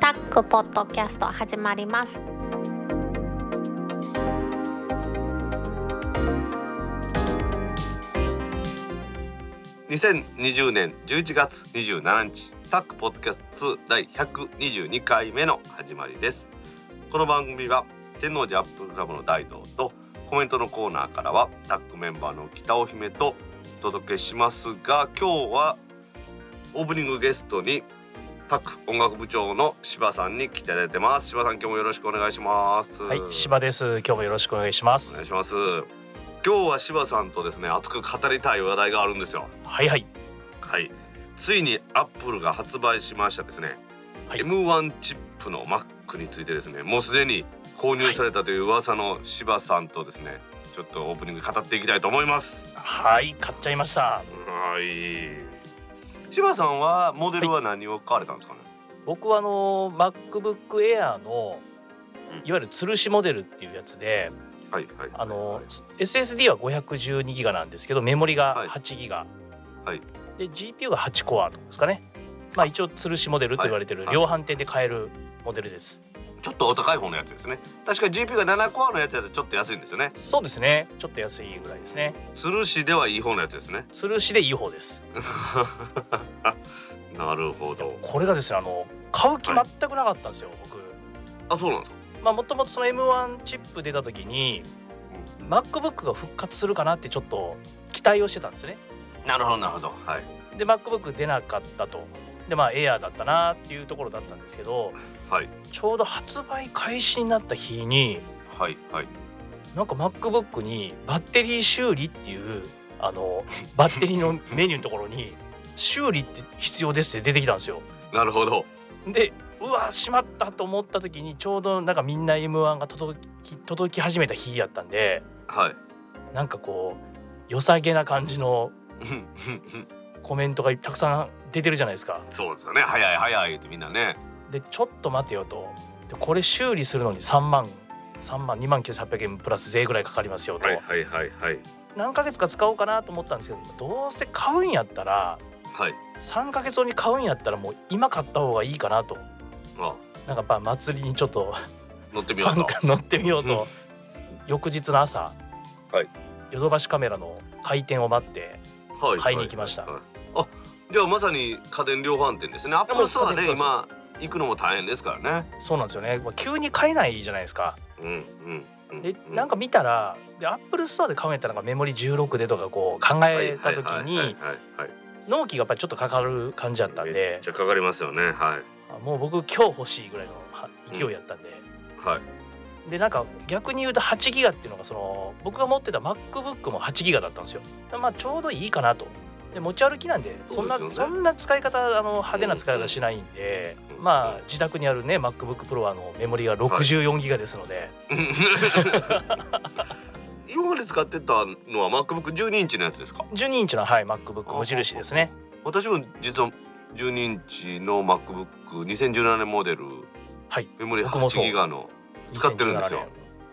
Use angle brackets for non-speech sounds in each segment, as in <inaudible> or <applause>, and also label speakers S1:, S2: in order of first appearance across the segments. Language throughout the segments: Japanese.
S1: タックポッドキャスト始まります
S2: 2020年11月27日タックポッドキャスト2第122回目の始まりですこの番組は天王寺アップルクラブの大道とコメントのコーナーからはタックメンバーの北尾姫とお届けしますが今日はオープニングゲストにタック音楽部長の柴さんに来ていただいてます柴さん今日もよろしくお願いします
S3: はい、柴です。今日もよろしくお願いしま
S2: お
S3: す
S2: 願い。します今日は柴さんとですね熱く語りたい話題があるんですよ
S3: はいはい。
S2: はい、ついにアップルが発売しましたですね、
S3: はい
S2: M1 チップの Mac についてですねもうすでに購入されたという噂の柴さんとですね、ちょっとオープニング語っていきたいと思います
S3: はい、買っちゃいました。
S2: はい柴さんはモデルは何を買われたんですかね、
S3: 僕はあの MacBook Air の
S2: うん
S3: いわゆる吊るしモデルっていうやつで、
S2: はい、はい
S3: あの SSD は512ギガなんですけど、メモリ
S2: はい
S3: が8ギガ、
S2: はい
S3: で GPU が8コアとかですかね。まあ一応吊るしモデルと言われてる
S2: はい
S3: 量販店で買えるモデルです。
S2: ちょっとお高い方のやつですね確か GP が7コアのやつだとちょっと安いんですよね
S3: そうですね。ちょっと安いぐらいですね。
S2: 吊るしではいい方のやつですね
S3: 吊るしでいい方です。
S2: なるほど
S3: これがですね、あの買う気全
S2: は
S3: くなかったんですよ。僕。
S2: あそうなんですか
S3: まあもともとその M1 チップ出た時に MacBook が復活するかなってちょっと期待をしてたんですね
S2: なるほどなるほどはい
S3: で MacBook 出なかったとでまあ Air だったなっていうところだったんですけど
S2: はい
S3: ちょうど発売開始になった日に
S2: はいはい
S3: なんか MacBook にバッテリー修理っていうあのバッテリー
S2: <laughs>
S3: のメニューのところに「修理って必要です」って出てきたんですよ
S2: なるほど
S3: でうわしまったと思った時にちょうどなんかみんな M1 が届き届き始めた日やったんで
S2: はい
S3: なんかこう良さげな感じのコメントがたくさん出てるじゃないですか。
S2: そうですよね早い早いってみんなね
S3: でちょっと待てよとでこれ修理するのに3万3万2万9800円プラス税ぐらいかかりますよと、
S2: はいはいはい
S3: 何ヶ月か使おうかなと思ったんですけどどうせ買うんやったら
S2: はい
S3: 3ヶ月後に買うんやったらもう今買った方がいいかなと
S2: あ
S3: なんかやっぱ祭りにちょっと
S2: 乗ってみよう
S3: 参
S2: と
S3: 加乗ってみよう
S2: うん
S3: と翌日の朝
S2: はい
S3: ヨドバシカメラの開店を待って
S2: は
S3: 買いに行きました
S2: はいはいあじゃあまさに家電量販店ですねアップルストア
S3: 家
S2: ね
S3: 電そうそう
S2: 今行くのも大変ですからね
S3: そうなんですよねまあ急に買えないじゃないですか。
S2: うんうんう
S3: でなんか見たらでアップルストアで考えたらなんかメモリ16でとかこう考えた時に納期がやっぱりちょっとかかる感じだったん
S2: めっ
S3: で
S2: ちゃかかりますよねは
S3: あもう僕今日欲しいぐらいのは勢いやったんで、
S2: いはい <laughs>
S3: でなんか逆に言うと8ギガっていうのがその僕が持ってた MacBook も8ギガだったんですよだからまあちょうどいいかなとで持ち歩きなんでそんな
S2: そうで
S3: そ,、
S2: すよね
S3: んな使い方あの派手な使い方しないんで、
S2: うん
S3: まあ自宅にあるね MacBookPro はあのメモリが64ギガですので、
S2: 今まで使ってたのは MacBook12 インチのやつですか
S3: 12インチの、はい、MacBook 無印ですね
S2: 私も実は12インチの MacBook2017 年モデル
S3: はい
S2: メモリ
S3: 僕もそう
S2: 8ギガの使ってるんですよ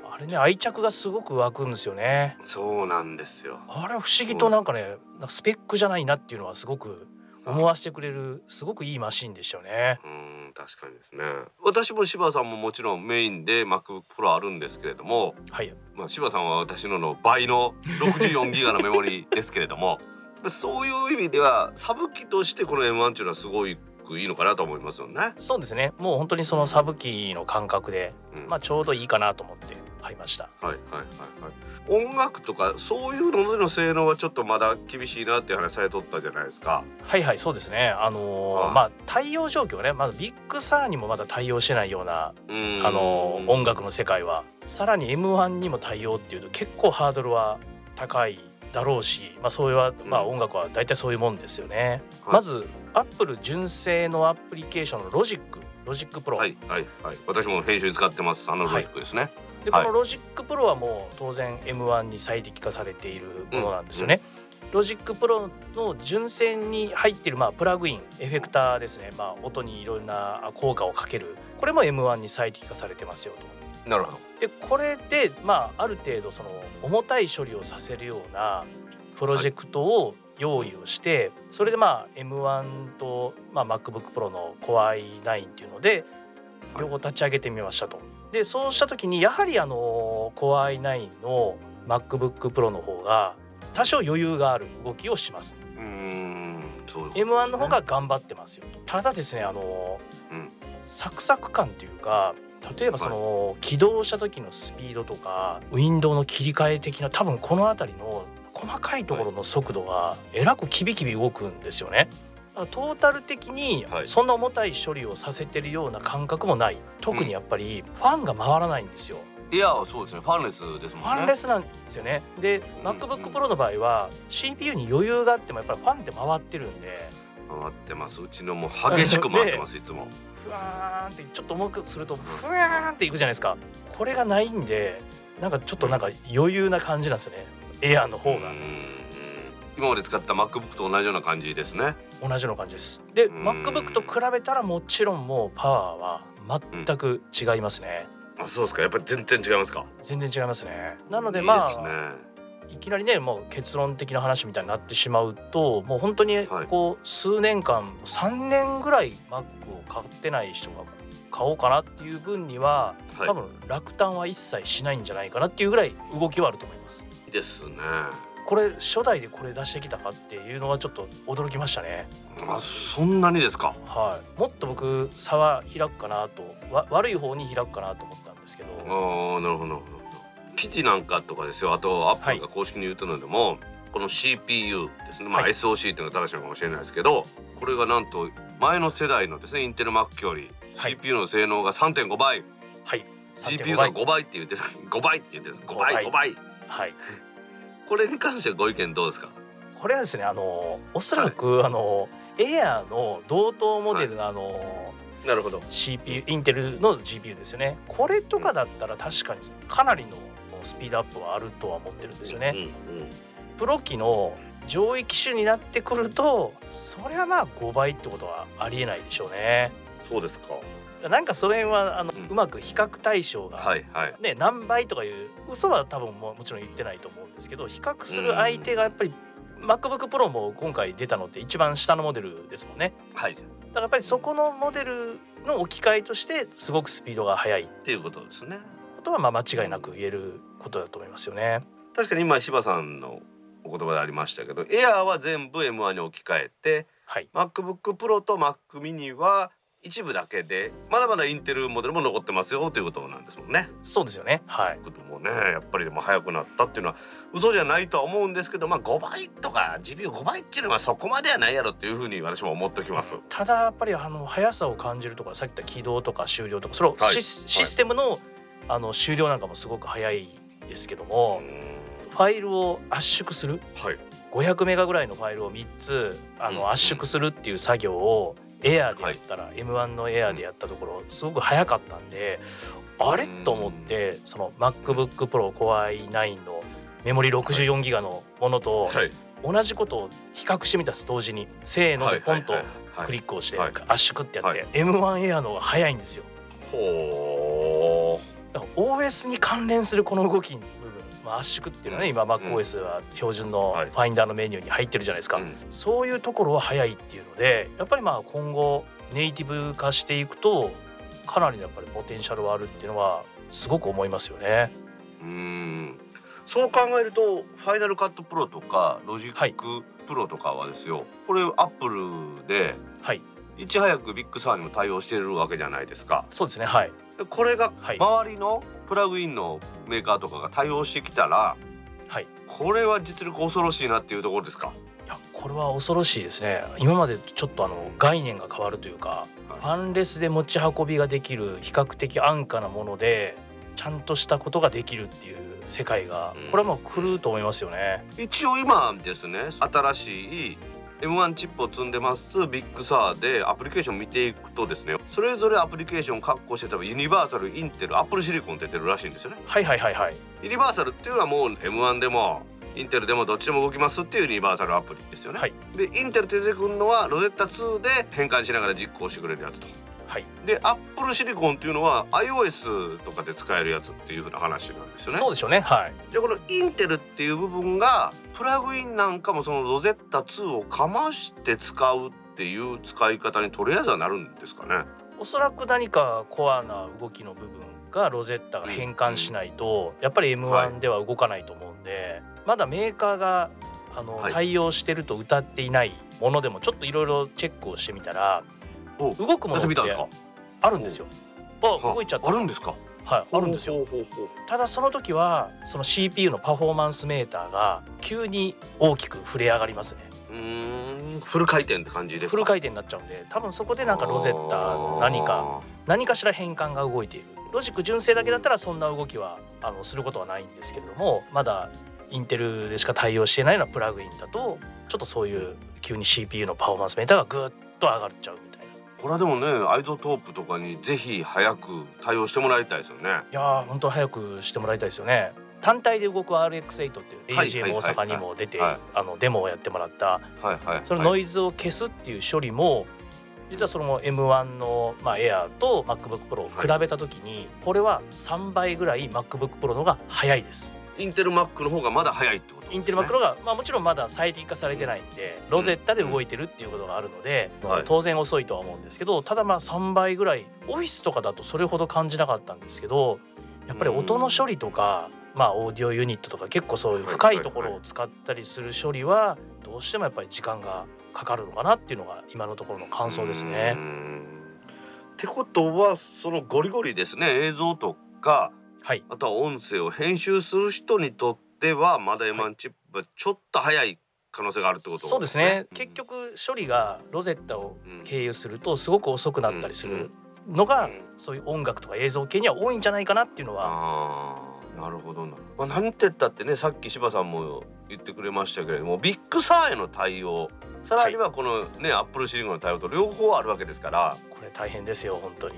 S3: 2017あれね愛着がすごく湧くんですよね
S2: そうなんですよ
S3: あれは不思議となんかねなんかスペックじゃないなっていうのはすごく思わせてくれるすごくいいマシンでしたよね
S2: うーん確かにですね私も柴さんももちろんメインで MacBookPro あるんですけれども、
S3: はい
S2: まあ、柴さんは私のの倍の64ギガのメモリですけれども <laughs> そういう意味ではサブ機としてこの M1 っていうのはすごくいいのかなと思いますよね。
S3: そうですねもう本当にそのサブ機の感覚で、
S2: うん
S3: まあ、ちょうどいいかなと思って買いました
S2: はいはいはいはい、音楽とかそういうのでの性能はちょっとまだ厳しいなっていう話されとったじゃないですか。
S3: はいはいそうですねあのー
S2: はい
S3: まあ対応状況がねまだビッグサーにもまだ対応してないような
S2: うーん
S3: あのー音楽の世界はさらに m 1にも対応っていうと結構ハードルは高いだろうしまあそれはまあ
S2: うん
S3: 音楽は大体そういうもんですよね、
S2: はい
S3: まず Apple 純正のアプリケーションのロジックロジックプロ、
S2: はいはいはい私も編集に使ってますあのロジックですね。
S3: でこ
S2: はい
S3: のロジックプロはもう当然 m 1に最適化されているものなんですよね、ロジックプロの純正に入っているまあプラグインエフェクターですね、まあ、音にいろんな効果をかけるこれも m 1に最適化されてますよと。
S2: なるほど。
S3: でこれで、まあ、ある程度その重たい処理をさせるようなプロジェクトを用意をして、それでまあ M1 と、まあ、MacBookPro の Core i9 っていうので
S2: はい
S3: 両方立ち上げてみましたと。でそうした時にやはりあの Core i9 の MacBookPro の方が多少余裕がある動きをします。
S2: うーんそういうことですね
S3: M1 の方が頑張ってますよと。ただですねあの、
S2: うん
S3: サクサク感というか例えばその、起動した時のスピードとかウィンドウの切り替え的な多分この辺りの細かいところの速度がえらくキビキビ動くんですよね。だからトータル的に
S2: はい
S3: そんな重たい処理をさせてるような感覚もない、特にやっぱりファンが回らないんですよ。
S2: いやそうですねファンレスですもんね
S3: ファンレスなんですよね。で、
S2: うんうん
S3: MacBookPro の場合は CPU に余裕があってもやっぱりファンって回ってるんで。
S2: 回ってますうちのもう激しく回って <laughs> ますいつも
S3: ふわーんってちょっと重くするとふわーんっていくじゃないですかこれがないんでなんかちょっとなんか余裕な感じなんですよねエアーの方
S2: う
S3: が
S2: ん今まで使った MacBook と同じような感じですね
S3: 同じような感じですで
S2: うん
S3: MacBook と比べたらもちろんもうパワーは全く違いますね
S2: あそうですかやっぱり全然違いますか
S3: 全然違いますねなので
S2: いい
S3: まあ
S2: ですね
S3: いきなりねもう結論的な話みたいになってしまうともう本当に
S2: はい
S3: こう数年間3年ぐらい Mac を買ってない人が買おうかなっていう分には
S2: はい
S3: 多分落胆は一切しないんじゃないかなっていうぐらい動きはあると思います。
S2: いいですね
S3: これ初代でこれ出してきたかっていうのはちょっと驚きましたね。
S2: あそんなにですか
S3: はい、もっと僕差は開くかなとわ悪い方に開くかなと思ったんですけど、
S2: あーなるほどなるほど記事なんかとかですよあとアップルが公式に言ってるのでも、この CPU ですね、まあ、
S3: はい
S2: SOC っていうのが正しいのかもしれないですけどこれがなんと前の世代のですねインテル Mac より
S3: はい
S2: CPU の性能が3.5倍、
S3: はい、
S2: GPU が
S3: 3.5倍
S2: 5倍って言ってる5倍って言ってるんです5倍5
S3: 五
S2: 倍
S3: はい、
S2: これに関してはご意見どうですか
S3: これはですねあのおそらく、あのエアーの同等モデルの、あの
S2: なるほど
S3: CPU インテルの GPU ですよねこれとかだったら確かにかなりのスピードアップはあるとは思ってるんですよね。
S2: うんうん
S3: プロ機の上位機種になってくるとそれはまあ5倍ってことはありえないでしょうね
S2: そうですか
S3: なんかその辺はあの、
S2: う
S3: うんまく比較対象が、
S2: はいはい
S3: ね、何倍とかいう嘘は多分ももちろん言ってないと思うんですけど比較する相手がやっぱり MacBookPro も今回出たのって一番下のモデルですもんね
S2: はい
S3: だからやっぱりそこのモデルの置き換えとしてすごくスピードが速い
S2: っていうことですね
S3: ことはまあ間違いなく言えることだと思いますよね
S2: 確かに今柴さんのお言葉でありましたけど Air は全部 M1 に置き換えて
S3: はい
S2: MacBook Pro と Mac mini は一部だけでまだまだインテルモデルも残ってますよということなんですもんね。
S3: そうですよねはい
S2: こともねやっぱりでも早くなったっていうのは嘘じゃないとは思うんですけどまあ5倍とか GPU5 倍っていうのはそこまではないやろっていうふうに私も思っておきます。
S3: ただやっぱりあの速さを感じるとかさっき言った起動とか終了とかそれをシ,、
S2: はい
S3: システムのあの終了なんかもすごく速いですけど
S2: う
S3: も、
S2: ん
S3: ファイルを圧縮する
S2: はい、
S3: 500メガぐらいのファイルを3つあ
S2: うん
S3: の圧縮するっていう作業をエアーでやったら、M1 のエアーでやったところすごく速かったんで、あれ
S2: うん
S3: と思ってその MacBookPro Core i9 のメモリ64ギガのものと
S2: はい、
S3: 同じことを比較してみたんです同時にせーのでポンと
S2: はいはい
S3: ク
S2: はい
S3: リックをして
S2: はい
S3: 圧縮ってやっ
S2: は
S3: て M1 エアの方が早いんですよ
S2: ほ
S3: だから OS に関連するこの動きの部分、まあ、圧縮っていうのはね今
S2: うん
S3: MacOS は標準の
S2: はい
S3: ファインダーのメニューに入ってるじゃないですか、
S2: ーうん
S3: そういうところは早いっていうのでやっぱりまあ今後ネイティブ化していくとかなりのやっぱりポテンシャルはあるっていうのはすごく思いますよね。
S2: うーんそう考えるとファイナルカットプロとかロジ
S3: は
S2: ッ
S3: い
S2: クプロとかはですよ、これアップルで
S3: はい
S2: いち早くビッグサーにも対応してるわけじゃないですか
S3: そうですねはい
S2: でこれが
S3: はい
S2: 周りのプラグインのメーカーとかが対応してきたら、
S3: はい
S2: これは実力恐ろしいなっていうところですか
S3: いやこれは恐ろしいですね今までとちょっとあの概念が変わるというか
S2: はい
S3: ファンレスで持ち運びができる比較的安価なものでちゃんとしたことができるっていう世界が
S2: うん
S3: これはもう来ると思いますよね、
S2: 一応今ですね新しい M1 チップを積んでますビッグサーでアプリケーション見ていくとですねそれぞれアプリケーションを確保してたユニバーサルインテルアップルシリコンって出てるらしいんですよね
S3: はいはいはいはい
S2: ユニバーサルっていうのはもう M1 でもインテルでもどっちでも動きますっていうユニバーサルアプリですよね。
S3: はい
S2: でインテルって出てくるのはロゼッタ2で変換しながら実行してくれるやつと。
S3: はい
S2: でアップルシリコンっていうのは iOS とかで使えるやつっていうふうな話なんですよね
S3: そう。でしょうねはい
S2: でこのインテルっていう部分がプラグインなんかもそのロゼッタ2をかまして使うっていう使い方にとりあえずはなるんですかね。
S3: おそらく何かコアな動きの部分がロゼッタが変換しないと、やっぱり
S2: はい
S3: M1 では動かないと思うんで、まだメーカーがあの、
S2: はい
S3: 対応してると歌っていないものでもちょっといろいろチェックをしてみたら
S2: お
S3: 動くも
S2: やって
S3: のっ
S2: みた
S3: て
S2: んですか
S3: あるんですよ。あ
S2: は
S3: 動いちゃった
S2: あるんですか
S3: はい、あるんですよ
S2: ほうほうほうほ
S3: ただその時はその CPU のパフォーマンスメーターが急に大きく触れ上がりますね
S2: ううーんフル回転って感じですか
S3: フル回転になっちゃうんで多分そこでなんかロゼッタの何か何かしら変換が動いているロジック純正だけだったらそんな動きはあのすることはないんですけれどもまだインテルでしか対応してないようなプラグインだとちょっとそういう急に CPU のパフォーマンスメーターがぐっと上がっちゃうみたいない
S2: あーこれはでもねアイゾトープとかにぜひ早く対応してもらいたいですよね
S3: やー本当早くしてもらいたいですよね単体で動く RX8 っていう
S2: はいはい
S3: AGM 大阪にも出て
S2: はいはい
S3: あのデモをやってもらった
S2: はいはい
S3: その
S2: は
S3: ノ
S2: い
S3: イズを消すっていう処理も実はその M1 の、まあ、Air と MacBookPro を比べた時にこれは3倍ぐらい MacBookPro の方が早いです。
S2: インテルマックの方がまだ早いってことですね
S3: インテル Macro が、まあ、もちろんまだ最適化されてないんでロゼッタで動いてるっていうことがあるので、
S2: うんはい
S3: 当然遅いとは思うんですけどただまあ3倍ぐらいオフィスとかだとそれほど感じなかったんですけどやっぱり音の処理とか、まあ、オーディオユニットとか結構そういう深いところを使ったりする処理はどうしてもやっぱり時間がかかるのかなっていうのが今のところの感想ですね
S2: うー。んってことはそのゴリゴリですね映像とか
S3: はい
S2: あとは音声を編集する人にとってはまだ M1 チップはちょっと早い可能性があるってこと
S3: そうですね結局処理がロゼッタを経由するとすごく遅くなったりするのが
S2: うん
S3: そういう音楽とか映像系には多いんじゃないかなっていうのは
S2: ああなるほどな、まあ、なんて言ったってねさっき柴さんも言ってくれましたけれどもビッグサーへの対応さらにはこのね、アップルシリコンの対応と両方あるわけですから
S3: これ大変ですよ本当にい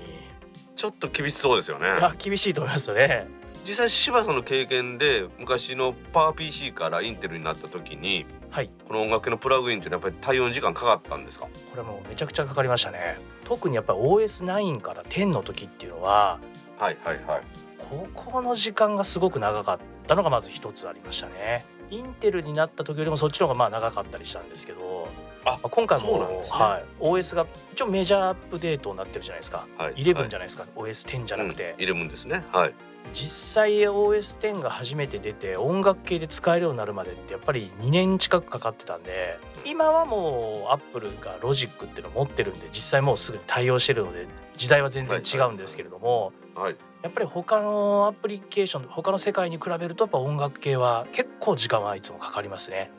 S2: ちょっと厳しそうですよね
S3: や厳しいと思いますよね
S2: 実際柴さんの経験で昔のパワー PC からインテルになった時に
S3: はい
S2: この音楽系のプラグインっていうのはやっぱり対応に時間かかったんですか
S3: これはもうめちゃくちゃかかりましたね特にやっぱり OS9 から10の時っていうのは
S2: はいはいはい
S3: ここの時間がすごく長かったのがまず一つありましたねインテルになった時よりもそっちの方がまあ長かったりしたんですけど
S2: あ
S3: まあ今回も
S2: そうなんですね
S3: はい、OS が一応メジャーアップデートになってるじゃないですか
S2: はい
S3: 11じゃないですか、OS10 じゃなくて、
S2: うん、11ですねはい
S3: 実際 OS10 が初めて出て音楽系で使えるようになるまでってやっぱり2年近くかかってたんで今はもう Apple が Logic っていうのを持ってるんで実際もうすぐに対応してるので時代は全然違うんですけれども
S2: はい
S3: やっぱり他のアプリケーション他の世界に比べるとやっぱ音楽系は結構時間はいつもかかりますね。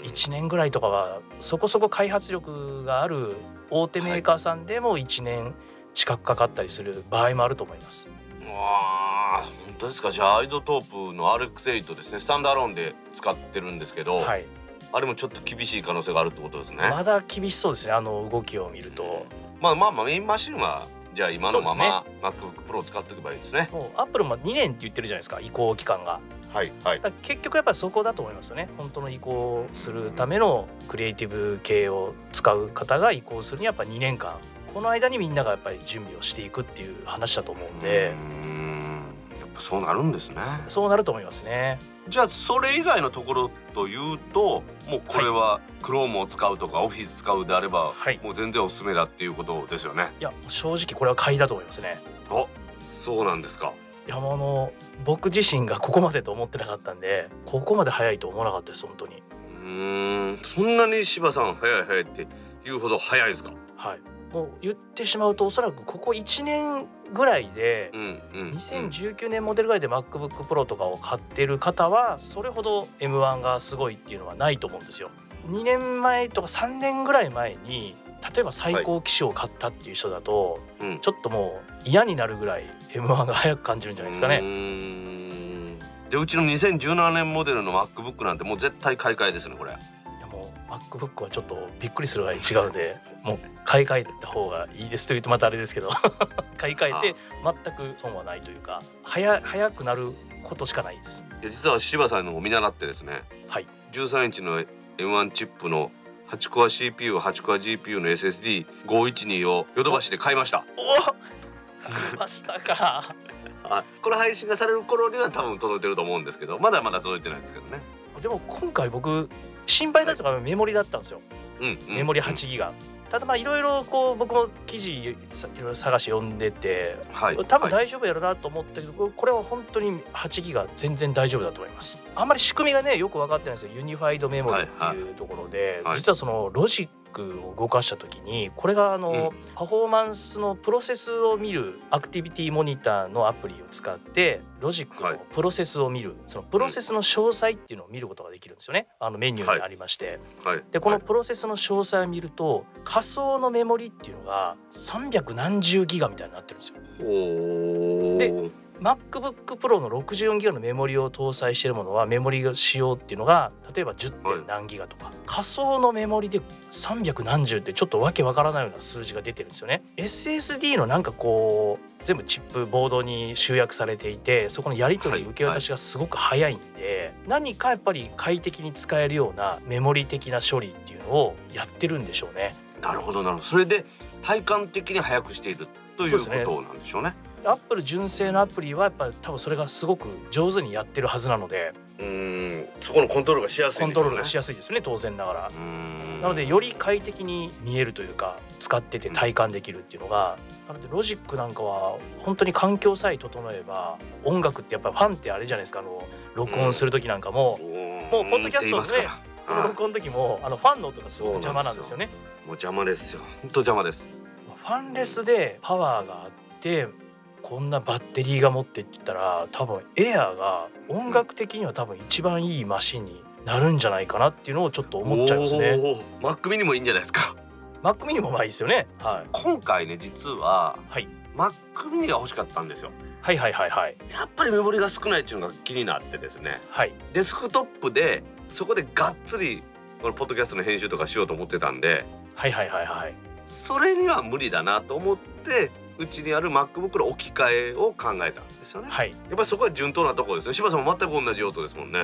S2: うーん
S3: 1年ぐらいとかはそこそこ開発力がある大手メーカーさんでも1年近くかかったりする場合もあると思います。
S2: うわあ本当ですかじゃあアイドトープの RX8 ですねスタンドアローンで使ってるんですけど、
S3: はい
S2: あれもちょっと厳しい可能性があるってことですね、
S3: まだ厳しそうですねあの動きを見ると。
S2: まあまあまあメインマシンはじゃあ今のまま、
S3: そ
S2: MacBookPro を使っておけばいいですね
S3: もうアップルも2年って言ってるじゃないですか移行期間が
S2: はいはい
S3: だから結局やっぱりそこだと思いますよね本当の移行するためのクリエイティブ系を使う方が移行するにはやっぱ2年間この間にみんながやっぱり準備をしていくっていう話だと思うんで
S2: うーんやっぱそうなるんですね
S3: そうなると思いますね
S2: じゃあそれ以外のところというともうこれは Chrome を使うとか Office 使うであれば、
S3: はい
S2: もう全然おすすめだっていうことですよね
S3: いや正直これは買いだと思いますね
S2: おそうなんですか
S3: いやもうあの僕自身がここまでと思ってなかったんでここまで早いと思わなかったです本当に
S2: うーんそんなに柴さん早い早いって言うほど早いですか
S3: はいもう言ってしまうとおそらくここ1年ぐらいで
S2: うんうん
S3: 2019年モデルぐらいで MacBookPro とかを買ってる方はそれほど M1 がすごいっていうのはないと思うんですよ。2年前とか3年ぐらい前に例えば最高機種を買ったっていう人だと、
S2: うん
S3: ちょっともう嫌になるぐらい M1 が早く感じるんじゃないですか
S2: う
S3: ね。
S2: ーんでうちの2017年モデルの MacBook なんてもう絶対買い替えですねこれ
S3: いやもう MacBook はちょっとびっくりするぐらい違うのでもう買い替えた方がいいですというとまたあれですけど <laughs> 買い替えて全く損はないというか早早くなることしかないです。
S2: いや実は柴さんのを見習ってですね、
S3: はい、
S2: 13インチの M1 チップの8コア CPU8 コア GPU の SSD512 をヨドバシで買いました
S3: お来ましたか
S2: あこれ配信がされる頃には多分届いてると思うんですけどまだまだ届いてないんですけどね
S3: でも今回僕心配だったのがメモリだったんですよ
S2: うんうん
S3: メモリ8ギガ、ただまあいろいろこう僕も記事さいろいろ探して読んでて
S2: はい
S3: 多分
S2: はい
S3: 大丈夫やろなと思ったけどこれは本当に8ギガ全然大丈夫だと思いますあんまり仕組みがねよく分かってないんですよユニファイドメモリって
S2: はい
S3: いうところで、
S2: はい
S3: 実はそのロジックを動かした時にこれがあの、パフォーマンスのプロセスを見るアクティビティモニターのアプリを使ってロジック
S2: は
S3: の
S2: い
S3: プロセスを見る、そのプロセスの詳細っていうのを見ることができるんですよねあのメニューにありまして、
S2: はい
S3: でこの
S2: はい
S3: プロセスの詳細を見ると仮想のメモリっていうのが300何十ギガみたいになってるんですよ
S2: ほー
S3: MacBook Pro の64ギガのメモリを搭載しているものはメモリが使用っていうのが例えば 10.
S2: はい
S3: 点何ギガとか、仮想のメモリで300何十ってちょっとわけわからないような数字が出てるんですよね SSD のなんかこう全部チップボードに集約されていてそこのやり取り
S2: はい
S3: 受け渡しがすごく早いんで、何かやっぱり快適に使えるようなメモリ的な処理っていうのをやってるんでしょうね
S2: なるほどなるほどそれで体感的に早くしているという
S3: そうですね
S2: ことなんでしょうね
S3: アップル純正のアプリはやっぱ多分それがすごく上手にやってるはずなので
S2: うーんそこのコントロールがしやすい
S3: コントロールがし
S2: や
S3: やすいですよね当然ながら
S2: すいな
S3: なのでより快適に見えるというか使ってて体感できるっていうのがなのでロジックなんかは本当に環境さえ整えば音楽ってやっぱりファンってあれじゃないですかあの録音する時なんかも
S2: も
S3: もうポッドキャストですね
S2: う
S3: こ
S2: ん
S3: の
S2: も
S3: 録音の時もあのファンの音がすごく邪魔なんですよね
S2: う邪魔ですよ本当邪魔です
S3: ファンレスでパワーがあってこんなバッテリーが持ってって言ったら多分エアーが音楽的には多分一番いいマシンになるんじゃないかなっていうのをちょっと思っちゃいますね
S2: おーマックミニもいいんじゃないですか
S3: Mac mini もまあいいですよね、はい、
S2: 今回ね実は
S3: はい
S2: マックミニが欲しかったんですよ
S3: はいはいはいはい
S2: やっぱりメモリが少ないっていうのが気になってですね
S3: はい
S2: デスクトップでそこでがっつりこのポッドキャストの編集とかしようと思ってたんで
S3: はいはいはいはい
S2: それには無理だなと思ってうちにある MacBook の置き換えを考えたんですよね、
S3: はい
S2: やっぱりそこは順当なところですね柴さんも全く同じ用途ですもんね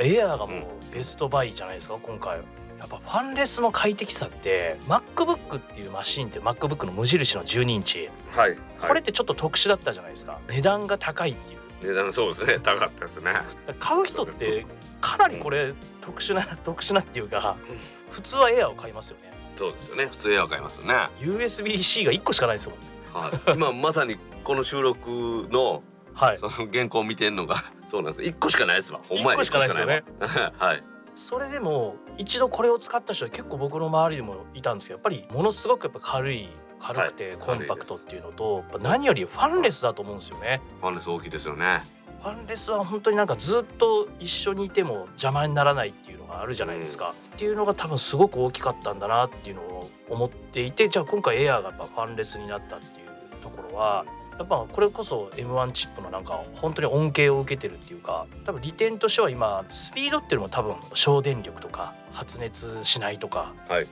S3: エアーがもうベストバイじゃないですか今回やっぱファンレスの快適さって MacBook っていうマシンって MacBook の無印の12インチ
S2: はい、はい、
S3: これってちょっと特殊だったじゃないですか値段が高いっていう
S2: 値段そうですね高かったですね
S3: 買う人ってかなりこれ特殊な <laughs> 特殊なっていうか
S2: うん
S3: 普通はエアーを買いますよね
S2: そうですよね普通エアー買いますよね、は
S3: USB-C が1個しかないですもん
S2: い、 <laughs> 今まさにこの収録の
S3: はい
S2: その原稿を見てんのがそうなんです一個しかないですわほんま
S3: 1
S2: に
S3: 個しかないですよね
S2: 一個しかないわ <laughs> はい
S3: それでも一度これを使った人は結構僕の周りでもいたんですけどやっぱりものすごくやっぱ軽い軽くてコンパクトっていうのと、やっぱ何よりファンレスだと思うんですよね。
S2: ファンレス大きいですよね
S3: ファンレスは本当になんかずっと一緒にいても邪魔にならないっていうのがあるじゃないですか、っていうのが多分すごく大きかったんだなっていうのを思っていてじゃあ今回エアーがやっぱファンレスになったっていうところはやっぱこれこそ M1 チップのなんか本当に恩恵を受けてるっていうか多分利点としては今スピードっていうのも多分省電力とか発熱しないとか、
S2: はい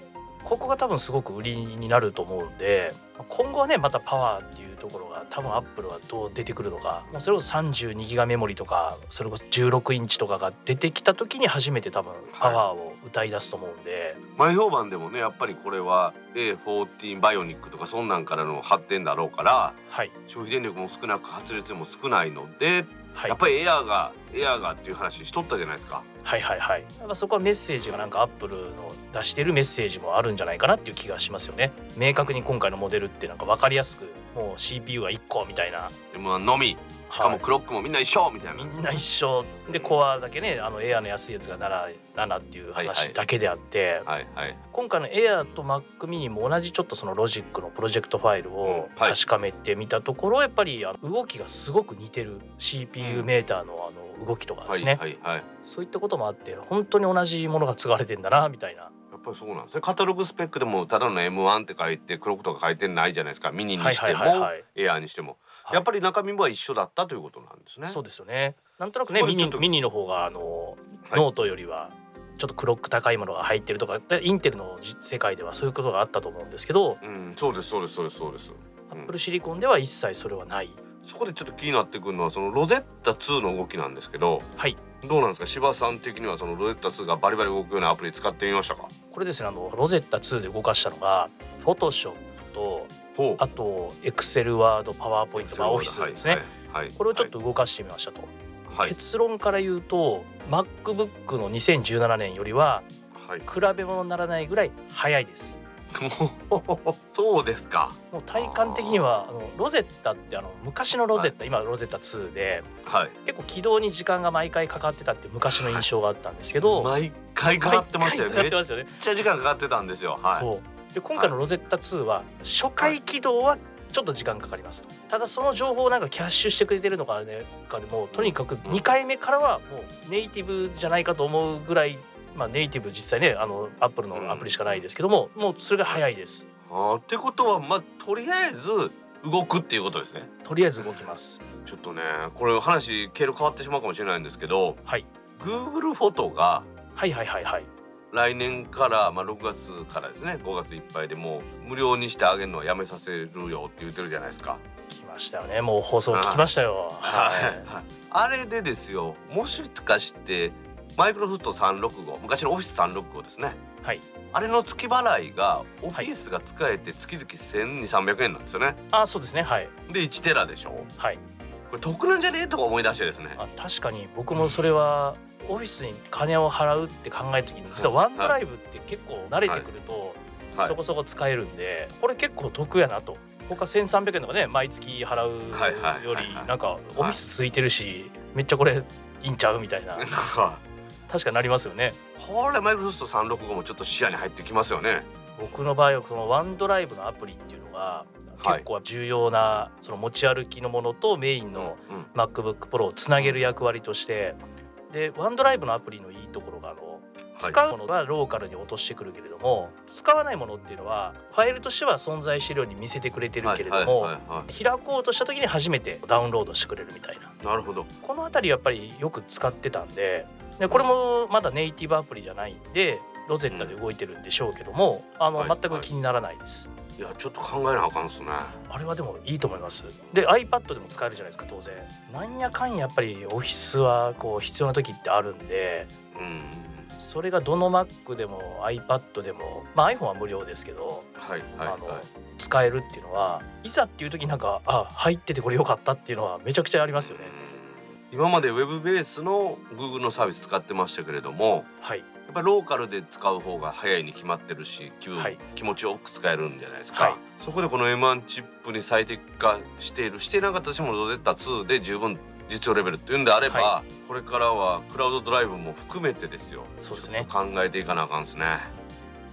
S3: ここが多分すごく売りになると思うんで今後はねまたパワーっていうところが多分アップルはどう出てくるのかもうそれこそ32ギガメモリとかそれこそ16インチとかが出てきた時に初めて多分パワーを歌い出すと思うんで、
S2: 前評判でもねやっぱりこれは A14 バイオニックとかそんなんからの発展だろうから
S3: はい
S2: 消費電力も少なく発熱も少ないので、
S3: はい
S2: やっぱりエアーがエアーがっていう話しとったじゃないですか
S3: はいはいはいやっぱそこはメッセージがなんかアップルの出してるメッセージもあるんじゃないかなっていう気がしますよね明確に今回のモデルってなんか分かりやすくもう CPU が1個みたいな、
S2: M1 のみしか
S3: は
S2: も
S3: い
S2: クロックもみんな一緒みたいな、
S3: みんな一緒でコアだけねあのエアの安いやつが 7, 7っていう
S2: はいは
S3: 話
S2: い
S3: だけであって、
S2: はいはい
S3: 今回のエアと Mac mini も同じちょっとそのロジックのプロジェクトファイルを
S2: うんはい
S3: 確かめてみたところやっぱりあの動きがすごく似てる CPU メーターのあの動きとかで
S2: はい
S3: すね
S2: はいはい
S3: そういったこともあって本当に同じものが継がれてんだなみたいな
S2: やっぱりそうなんですねカタログスペックでもただの M1 って書いてクロックとか書いてないじゃないですかミニに
S3: はい
S2: して
S3: はい
S2: も、
S3: はいはい
S2: エアーにしても、
S3: はい
S2: やっぱり中身は一緒だったということなんですね
S3: そうですよねなんとなくね
S2: これ
S3: ミ
S2: ちょ
S3: ニ
S2: っと
S3: ミニの方があの、
S2: はい
S3: ノートよりはちょっとクロック高いものが入ってるとかでインテルのじ世界ではそういうことがあったと思うんですけど、
S2: うんそうですそうですそうですそうです
S3: アップルシリコンでは一切それはない
S2: そこでちょっと気になってくるのはそのロゼッタ2の動きなんですけど
S3: はい
S2: どうなんですか柴さん的にはそのロゼッタ2がバリバリ動くようなアプリ使ってみましたか
S3: これですねあのロゼッタ2で動かしたのがフォトショップと
S2: ほ
S3: あとエクセルワードパワーポイントまあオフィスですね、
S2: はいはいはい
S3: これをちょっと動かしてみましたと、
S2: はい
S3: 結論から言うと MacBook の2017年よりは
S2: はい
S3: 比べ物にならないぐらい速いです
S2: そう <laughs> ですか
S3: もう体感的にはあのロゼッタってあの昔のロゼッタ、今ロゼッタ2で
S2: はい
S3: 結構起動に時間が毎回かかってたって昔の印象があったんですけど、
S2: 毎回かかってましたよ
S3: 毎回
S2: め
S3: かか
S2: っ
S3: ってましたよね、
S2: ちゃ時間かかってたんですよは
S3: そうで今回のロゼッタ2は初回起動はちょっと時間かかりますとただその情報をなんかキャッシュしてくれてるのかねかでもとにかく2回目からはもうネイティブじゃないかと思うぐらいまあネイティブ実際ねあのアップルのアプリしかないですけども、もうそれが早いです
S2: いあーってことはまあとりあえず動くっていうことですね
S3: とりあえず動きます
S2: ちょっとねこれ話経路変わってしまうかもしれないんですけど、
S3: はい
S2: Google フォトが
S3: はいはいはいはい
S2: 来年から、まあ、6月からですね5月いっぱいでもう無料にしてあげるのはやめさせるよって言ってるじゃないですか。
S3: 来ましたよねもう放送聞きましたよは
S2: はいあれでですよもしかしてマイクロソフト365昔のオフィス365ですね
S3: い、はい、
S2: あれの月払いがオフィスが使えて月々1200300円なんですよね。
S3: あそうですねはい
S2: で1テラでしょ
S3: はい
S2: これ得なんじゃねえとか思い出してですね。
S3: あ確かに僕もそれはオフィスに金を払うって考えた時に実はワンドライブって結構慣れてくると
S2: はい
S3: そこそこ使えるんでこれ結構得やなと他1300円とかね毎月払
S2: はいはいは
S3: う
S2: い
S3: よりなんかオフィスついてるしめっちゃこれいいんちゃうみたいな
S2: なんか
S3: 確かになりますよね
S2: これマイクロソフト365もちょっと視野に入ってきますよね。
S3: 僕の場合はそのワンドライブのアプリっていうのが
S2: はい
S3: 結構重要なその持ち歩きのものとメインの
S2: うん
S3: MacBookPro をつなげる役割としてでワンドライブのアプリのいいところがあの使うものはローカルに落としてくるけれども使わないものっていうのはファイルとしては存在資料に見せてくれてるけれど
S2: はい
S3: も
S2: はいはいは、
S3: 開こうとした時に初めてダウンロードしてくれるみたいない
S2: なるほど。
S3: この辺りやっぱりよく使ってたんででこれもまだネイティブアプリじゃないんでロゼッタで動いてるんでしょうけどもあの
S2: はい
S3: 全く気にならないです。
S2: いやちょっと考えなあかんっすね。
S3: あれはでもいいと思いますで iPad でも使えるじゃないですか当然なんやかんやっぱりオフィスはこう必要な時ってあるんで
S2: うん。
S3: それがどの Mac でも iPad でも、まあ、iPhone は無料ですけど、
S2: はいはい
S3: あの
S2: は
S3: 使えるっていうのはいざっていう時になんかあ入っててこれ良かったっていうのはめちゃくちゃありますよね
S2: い。今までウェブベースの Google のサービス使ってましたけれども
S3: はい
S2: やっぱりローカルで使う方が早いに決まってるし気,、
S3: はい
S2: 気持ちよく使えるんじゃないですか、
S3: はい
S2: そこでこの M1 チップに最適化しているしていなかったとしてもロゼッタ2で十分実用レベルっていうんであれば、
S3: は
S2: これからはクラウドドライブも含めてですよ
S3: そうですね
S2: ちょっと考えていかなあかんですね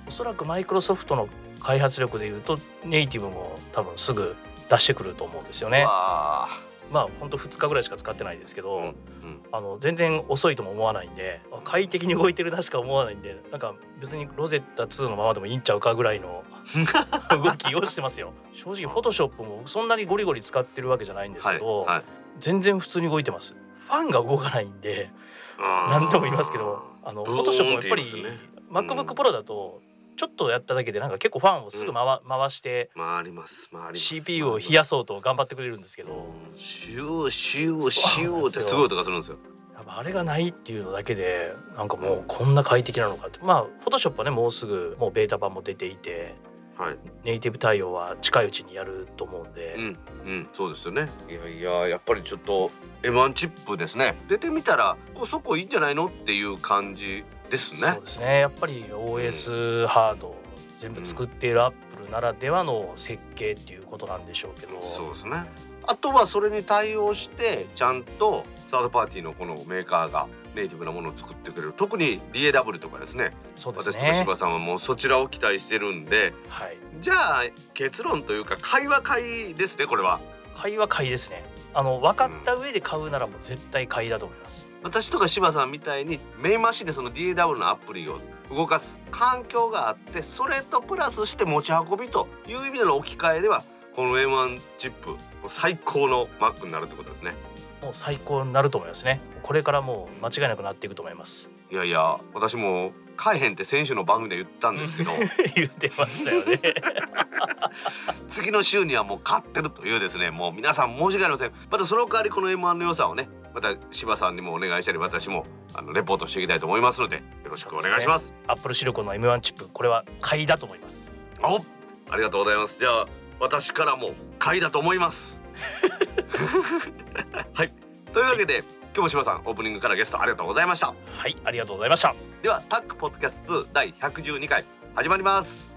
S3: おそらくマイクロソフトの開発力でいうとネイティブも多分すぐ出してくると思うんですよね。
S2: わあ
S3: まあほんと2日ぐらいしか使ってないですけど、
S2: うんうん
S3: あの全然遅いとも思わないんであ快適に動いてるなしか思わないんでなんか別にロゼッタ2のままでもいいんちゃうかぐらい
S2: <laughs>
S3: の動きをしてますよ正直フォトショップもそんなにゴリゴリ使ってるわけじゃないんです
S2: は
S3: け
S2: い
S3: ど、
S2: はい
S3: 全然普通に動いてますファンが動かないんで何度も言いますけどあの
S2: ブ
S3: フ
S2: ーン
S3: ォトショップもやっぱり
S2: って言いますよね
S3: MacBook Pro だとちょっとやっただけでなんか結構ファンをすぐ回,、回して
S2: 回ります回ります
S3: CPU を冷やそうと頑張ってくれるんですけど
S2: シューシュ
S3: そう
S2: ーシューってすごい音がするんですよ
S3: やっぱあれがないっていうのだけでなんかもうこんな快適なのかってまあフォトショップはねもうすぐもうベータ版も出ていて
S2: はい
S3: ネイティブ対応は近いうちにやると思うんで、
S2: うんうんそうですよねいやいややっぱりちょっと M1 チップですね出てみたらこそこいいんじゃないのっていう感じです
S3: そ
S2: ね
S3: うですねやっぱり OS ハード全部作っているアップルならではの設計っていうことなんでしょうけど、
S2: そうですねあとはそれに対応してちゃんとサードパーティーのこのメーカーがネイティブなものを作ってくれる特に DAW とかですね
S3: そうです
S2: 私とか
S3: ね
S2: 柴さんはもうそちらを期待してるんで
S3: はい
S2: じゃあ結論というか会話会ですねこれは
S3: 買いは買いですねあの分かった上で買うならもう絶対買いだと思います、
S2: 私とか柴さんみたいにメインマシンでその DAW のアプリを動かす環境があってそれとプラスして持ち運びという意味での置き換えではこの M1 チップもう最高の Mac になるってことですね
S3: もう最高になると思いますねこれからもう間違いなくなっていくと思います <laughs>
S2: いやいや私も買えへんって先週の番組で言ったんですけど
S3: 言ってましたよね
S2: 次の週にはもう買ってるというですねもう皆さん申し訳ありませんまたその代わりこの M1 の良さをねまた柴さんにもお願いしたり私もあのレポートしていきたいと思いますのでよろしくお願いします
S3: アップルシリコンの M1 チップこれは買いだと思います
S2: おありがとうございますじゃあ私 <laughs> からも買いだと思いますはいというわけで、今日も島さんオープニングからゲストありがとうございました
S3: はいありがとうございました
S2: ではタックポッドキャスト2第112回始まります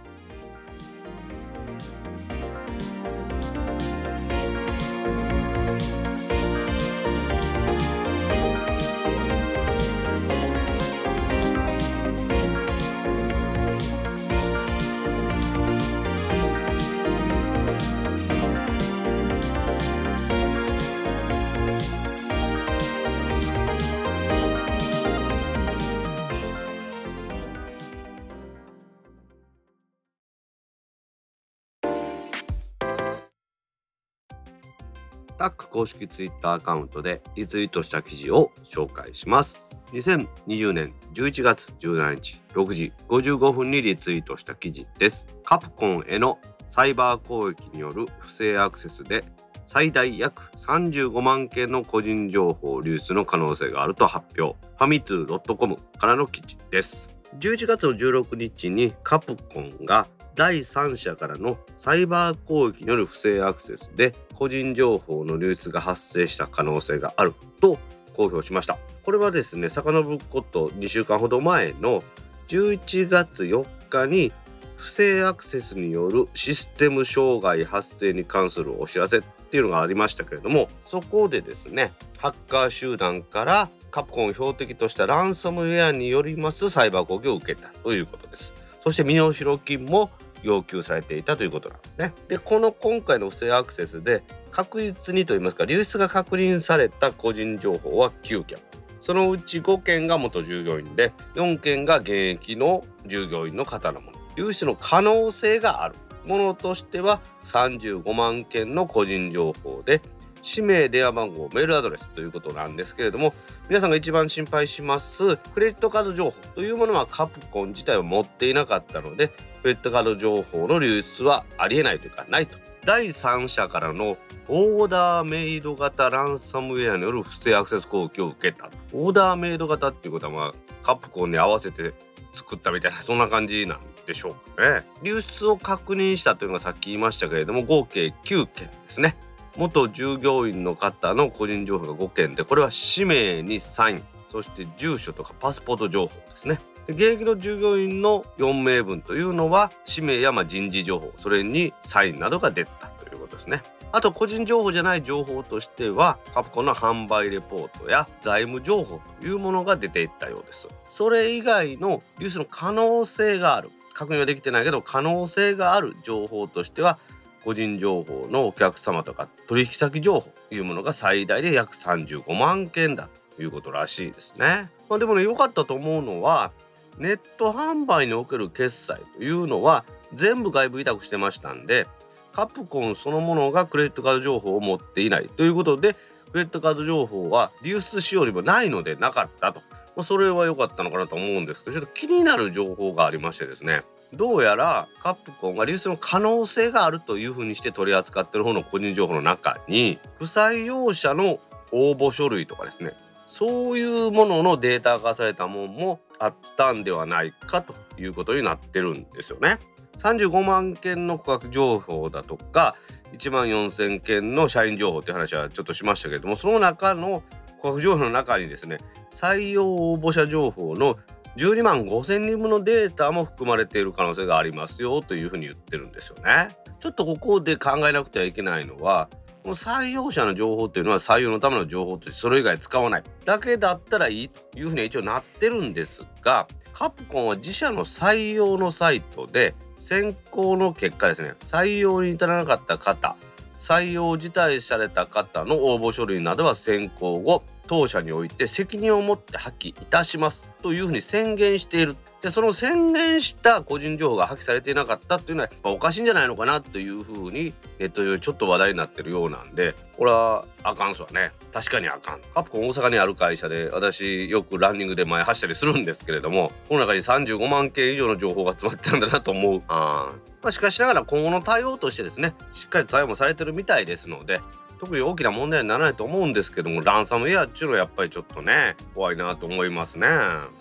S2: タック公式ツイッターアカウントでリツイートした記事を紹介します。2020年11月17日6時55分にリツイートした記事です。カプコンへのサイバー攻撃による不正アクセスで最大約35万件の個人情報流出の可能性があると発表。ファミトゥ .com からの記事です。11月の16日にカプコンが第三者からのサイバー攻撃による不正アクセスで個人情報の流出が発生した可能性があると公表しましたこれはですね遡ること2週間ほど前の11月4日に不正アクセスによるシステム障害発生に関するお知らせっていうのがありましたけれどもそこでですねハッカー集団からカプコンを標的としたランサムウェアによりますサイバー攻撃を受けたということですそして身代金も要求されていたということなんですね。でこの今回の不正アクセスで確実にといいますか流出が確認された個人情報は9件そのうち5件が元従業員で4件が現役の従業員の方のもの流出の可能性があるものとしては35万件の個人情報で氏名電話番号メールアドレスということなんですけれども皆さんが一番心配しますクレジットカード情報というものはカプコン自体は持っていなかったのでクレジットカード情報の流出はありえないというかないと第三者からのオーダーメイド型ランサムウェアによる不正アクセス攻撃を受けたオーダーメイド型っていうことは、まあ、カプコンに合わせて作ったみたいなそんな感じなんでしょうかね流出を確認したというのがさっき言いましたけれども合計9件ですね元従業員の方の個人情報が5件でこれは氏名にサインそして住所とかパスポート情報ですねで現役の従業員の4名分というのは氏名やまあ人事情報それにサインなどが出たということですねあと個人情報じゃない情報としてはカプコンの販売レポートや財務情報というものが出ていったようですそれ以外の流出の可能性がある確認はできてないけど可能性がある情報としては個人情報のお客様とか取引先情報というものが最大で約35万件だということらしいですね。まあ、でもね良かったと思うのはネット販売における決済というのは全部外部委託してましたんでカプコンそのものがクレジットカード情報を持っていないということでクレジットカード情報は流出しよりもないのでなかったと、まあ、それは良かったのかなと思うんですけどちょっと気になる情報がありましてですねどうやらカプコンが流出の可能性があるというふうにして取り扱ってる方の個人情報の中に不採用者の応募書類とかですねそういうもののデータ化されたもんもあったんではないかということになってるんですよね。35万件の顧客情報だとか1万4,000件の社員情報っていう話はちょっとしましたけれどもその中の顧客情報の中にですね採用応募者情報の12万5000人分のデータも含まれている可能性がありますよというふうに言ってるんですよね。ちょっとここで考えなくてはいけないのはこの採用者の情報というのは採用のための情報としてそれ以外使わないだけだったらいいというふうには一応なってるんですがカプコンは自社の採用のサイトで選考の結果ですね採用に至らなかった方採用辞退された方の応募書類などは選考後当社において責任を持って破棄いたしますというふうに宣言しているでその宣言した個人情報が破棄されていなかったというのはやっぱおかしいんじゃないのかなというふうにネットでちょっと話題になってるようなんでこれはあかんすわね確かにあかんカプコン大阪にある会社で私よくランニングで前走ったりするんですけれどもこの中に35万件以上の情報が詰まってるんだなと思うあーまあ、しかしながら今後の対応としてですねしっかりと対応もされてるみたいですので特に大きな問題にならないと思うんですけどもランサムウェアっちゅうのはやっぱりちょっとね怖いなと思いますね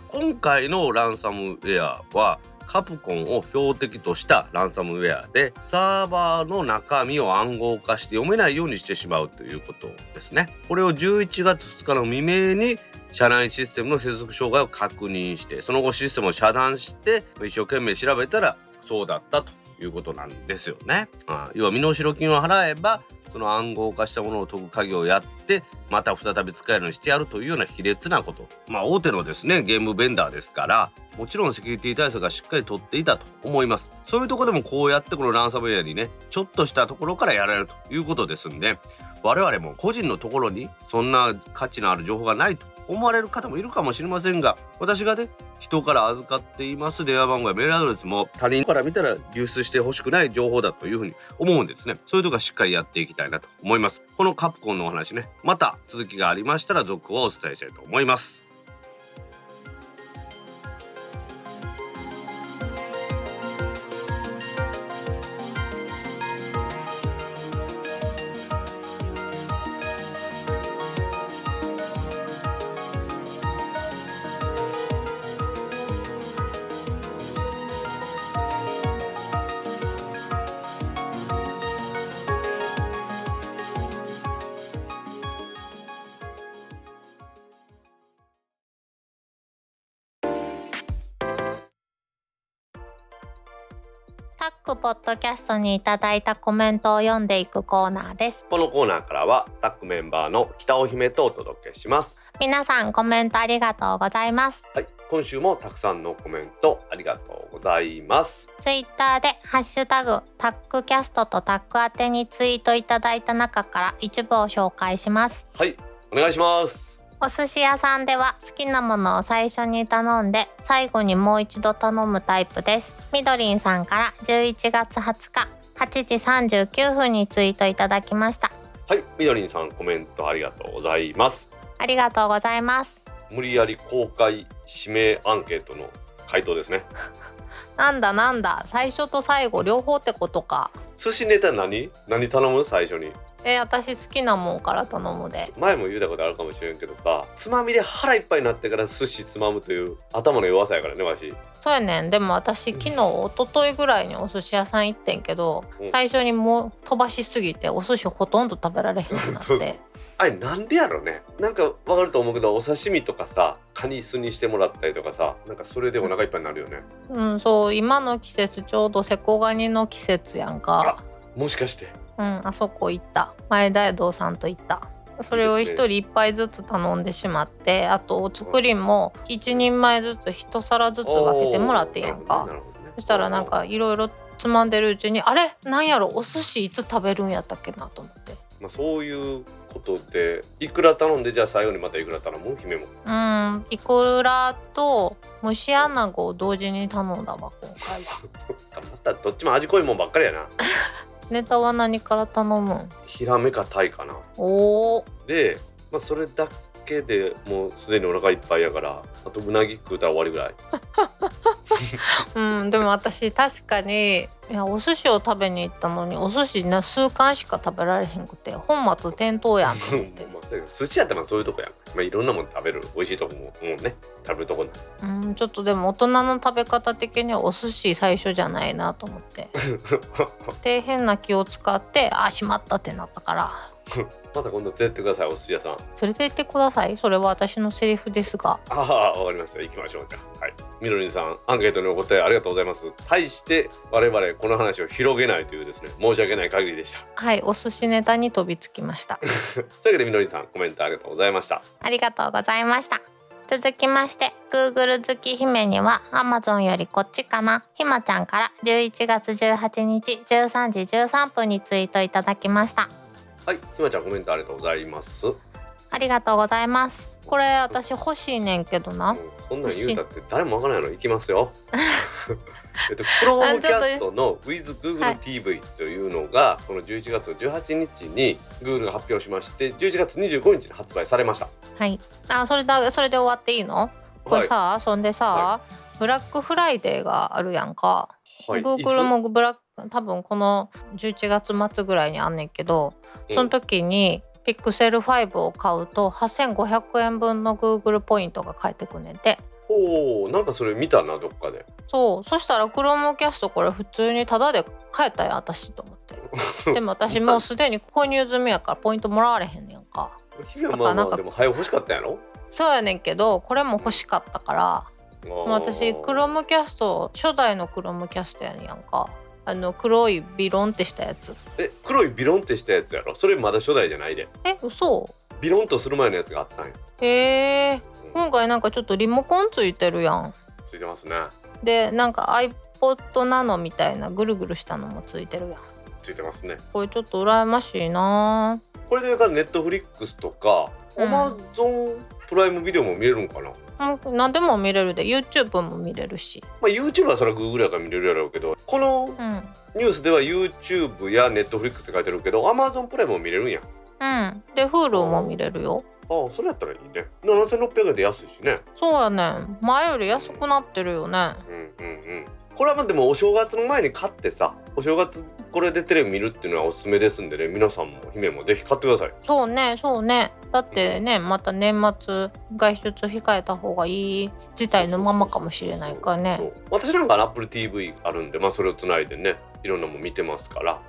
S2: 今回のランサムウェアはカプコンを標的としたランサムウェアでサーバーの中身を暗号化して読めないようにしてしまうということですねこれを11月2日の未明に社内システムの接続障害を確認してその後システムを遮断して一生懸命調べたらそうだったということなんですよね、うん要は身代金を払えばその暗号化したものを解く作業をやってまた再び使えるようにしてやるというような卑劣なことまあ大手のですねゲームベンダーですからもちろんセキュリティ対策がしっかりとっていたと思いますそういうところでもこうやってこのランサムウェアにねちょっとしたところからやられるということですんで我々も個人のところにそんな価値のある情報がないと思われる方もいるかもしれませんが私がね人から預かっています電話番号やメールアドレスも他人から見たら流出してほしくない情報だというふうに思うんですねそういうとこはしっかりやっていきたいなと思いますこのカプコンのお話ねまた続きがありましたら続報をお伝えしたいと思います
S1: タックポッドキャストにいただいたコメントを読んでいくコーナーです
S2: このコーナーからはタックメンバーの北尾姫とお届けします
S1: 皆さんコメントありがとうございます
S2: はい、今週もたくさんのコメントありがとうございます
S1: ツイッターでハッシュタグタックキャストとタック宛てにツイートいただいた中から一部を紹介します
S2: はい、お願いします
S1: お寿司屋さんでは好きなものを最初に頼んで最後にもう一度頼むタイプですみどりんさんから11月20日8時39分にツイートいただきました
S2: はい、みどりんさんコメントありがとうございます
S1: ありがとうございます
S2: 無理やり公開指名アンケートの回答ですね
S1: なんだなんだ最初と最後両方ってことか
S2: 寿司ネタ何何頼む最初に
S1: え私好きなもんから頼むで
S2: 前も言うたことあるかもしれんけどさつまみで腹いっぱいになってから寿司つまむという頭の弱さやからねわし
S1: そうやねんでも私
S2: うん
S1: 昨日一昨日ぐらいにお寿司屋さん行ってんけど
S2: うん
S1: 最初にもう飛ばしすぎてお寿司ほとんど食べられへんようになっ
S2: そうそう
S1: て
S2: あれなんでやろねなんかわかると思うけどお刺身とかさカニ酢にしてもらったりとかさなんかそれでお腹いっぱいになるよね
S1: うんそう今の季節ちょうどセコガニの季節やんか
S2: もしかして
S1: うんあそこ行った前大道さんと行ったそれを一人一杯ずつ頼んでしまってあとお作りも一人前ずつ一皿ずつ分けてもらってんやんか
S2: おーなるほどねなるほどね
S1: そしたらなんかいろいろつまんでるうちにあれなんやろお寿司いつ食べるんやったっけなと思って
S2: まあ、そういうことでいくら頼んでじゃあ最後にまたいくら頼む姫も <laughs>
S1: うんイクラと蒸し穴子を同時に頼んだわ今回は
S2: またどっちも味濃いもんばっかりやな
S1: ネタは何から頼むん
S2: ヒラメかタイかな
S1: おお
S2: で、まあ、それだけでもうすでにお腹いっぱいやからあとうなぎ食うたら終わりぐらい
S1: うんでも私確かにいやお寿司を食べに行ったのにお寿司ね数貫しか食べられへんくて本末転倒やんと思って
S2: <laughs> まあそうやけど寿司やったらそういうとこやん、まあ、いろんなもん食べる美味しいとこももうね食べるとこ
S1: <laughs>
S2: な
S1: うんちょっとでも大人の食べ方的にはお寿司最初じゃないなと思って
S2: <laughs>
S1: 底辺な気を使ってあしまったってなったから
S2: また今度連れてってくださいお寿司屋さん <laughs>
S1: 連れて行ってくださいそれは私のセリフですが
S2: ああわかりました行きましょうじゃあはいみどりんさんアンケートにお答えありがとうございます対して我々この話を広げないというですね申し訳ない限りでした
S1: はいお寿司ネタに飛びつきました
S2: というわけでみどりんさんコメントありがとうございました
S1: <laughs> ありがとうございました続きまして Google 好き姫には Amazon よりこっちかなひまちゃんから11月18日13時13分にツイートいただきました
S2: はいひまちゃんコメントありがとうございますうん
S1: ありがとうございますこれ私欲しいねんけどな
S2: そんなん言うたって誰もわからないの行きますよ <laughs> えっと、クロームキャストの WithGoogleTV というのが、この11月18日に Google が発表しまして11月25日に発売されました
S1: はいあそれだそれで終わっていいのこれさ、そんでさ、
S2: は
S1: ブラックフライデーがあるやんか
S2: はい、はい、
S1: Google もブラック多分この11月末ぐらいにあんねんけど
S2: いつ
S1: その時にピクセル5を買うと8500円分の Google ポイントが返ってくんねんて
S2: おおなんかそれ見たなどっかで
S1: そうそしたら Chromecast これ普通にタダで買えたやん私と思
S2: <laughs>
S1: ってでも私もうすでに購入済みやからポイントもらわれへんねんか
S2: 日々はま
S1: な
S2: あ
S1: んか
S2: まあでも早く欲しかったんやろ
S1: そうやねんけどこれも欲しかったからもう私
S2: あー
S1: クロムキャスト初代のクロムキャストやねんやんかあの黒いビロンってしたやつ
S2: え黒いビロンってしたやつやろそれまだ初代じゃないで
S1: え嘘
S2: ビロンとする前のやつがあったんや、
S1: へえ
S2: うん
S1: 今回なんかちょっとリモコンついてるやん
S2: ついてますね
S1: でなんか iPod ナノみたいなぐるぐるしたのもついてるやん
S2: ついてますね
S1: これちょっと羨ましいな
S2: これでだからネットフリックスとか
S1: う
S2: ア
S1: ん
S2: マゾンプライムビデオも見れるんかな、ま
S1: もう何でも見れるで YouTube も見れるし
S2: あ、YouTube はそれは Google やから見れるやろうけどこの
S1: うん
S2: ニュースでは YouTube や Netflix って書いてるけど Amazon プライムも見れるんや
S1: うんで Hulu も見れるよ
S2: ああそれやったらいいね7600円で安いしね
S1: そうやねん前より安くなってるよね
S2: うんうんうんこれはまあでもお正月の前に買ってさお正月これでテレビ見るっていうのはおすすめですんでね皆さんも姫もぜひ買ってください
S1: そうねそうねだってねまた年末外出控えた方がいい事態のままかもしれないから
S2: そ
S1: ね
S2: う私なんか AppleTV あるんで、まあ、それをつないでねいろんなもん見てますから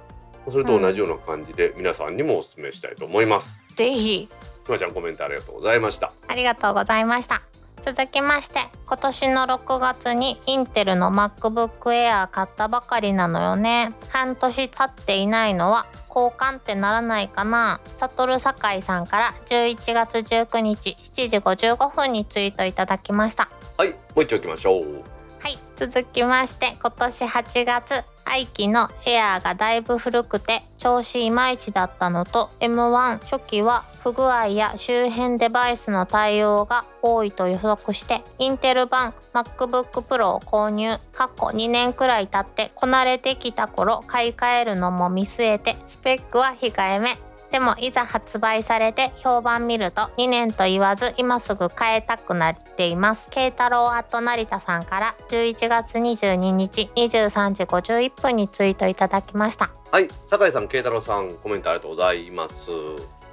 S2: それと同じような感じで皆さんにもおすすめしたいと思います、
S1: ぜひ
S2: ひまちゃんコメントありがとうございました
S1: ありがとうございました続きまして今年の6月にインテルの MacBook Air 買ったばかりなのよね半年経っていないのは交換ってならないかなサトル酒井さんから11月19日7時55分にツイートいただきました
S2: はいもう一丁いきましょう
S1: はい、続きまして今年8月愛機のエアーがだいぶ古くて調子いまいちだったのと M1 初期は不具合や周辺デバイスの対応が多いと予測してインテル版 MacBookPro を購入過去2年くらい経ってこなれてきた頃買い替えるのも見据えてスペックは控えめでもいざ発売されて評判見ると2年と言わず今すぐ変えたくなっています慶太郎アット成田さんから11月22日23時51分にツイートいただきました
S2: はい酒井さん慶太郎さんコメントありがとうございます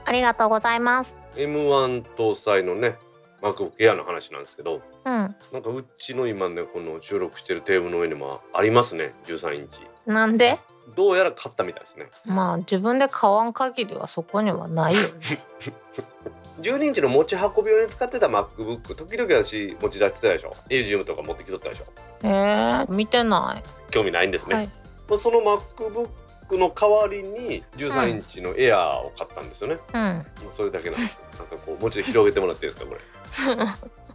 S1: ありがとうございます
S2: M1 搭載のね MacBook Air の話なんですけど
S1: うん
S2: なんかうちの今ねこの収録してるテーブルの上にもありますね13インチ
S1: なんで
S2: どうやら買ったみたいですね
S1: まあ自分で買わん限りはそこにはないよ <laughs> ね
S2: 12インチの持ち運び用に使ってた MacBook 時々私持ち出してたでしょ AGM とか持ってきとったでしょ
S1: えー、見てな
S2: 興味ないんです
S1: い、
S2: ね、
S1: はい、
S2: まあその MacBook の代わりに13インチの Air を買ったんですよね、
S1: うん
S2: まあそれだけなんですよなんかこうもうちょっと広げてもらっていいですかこれ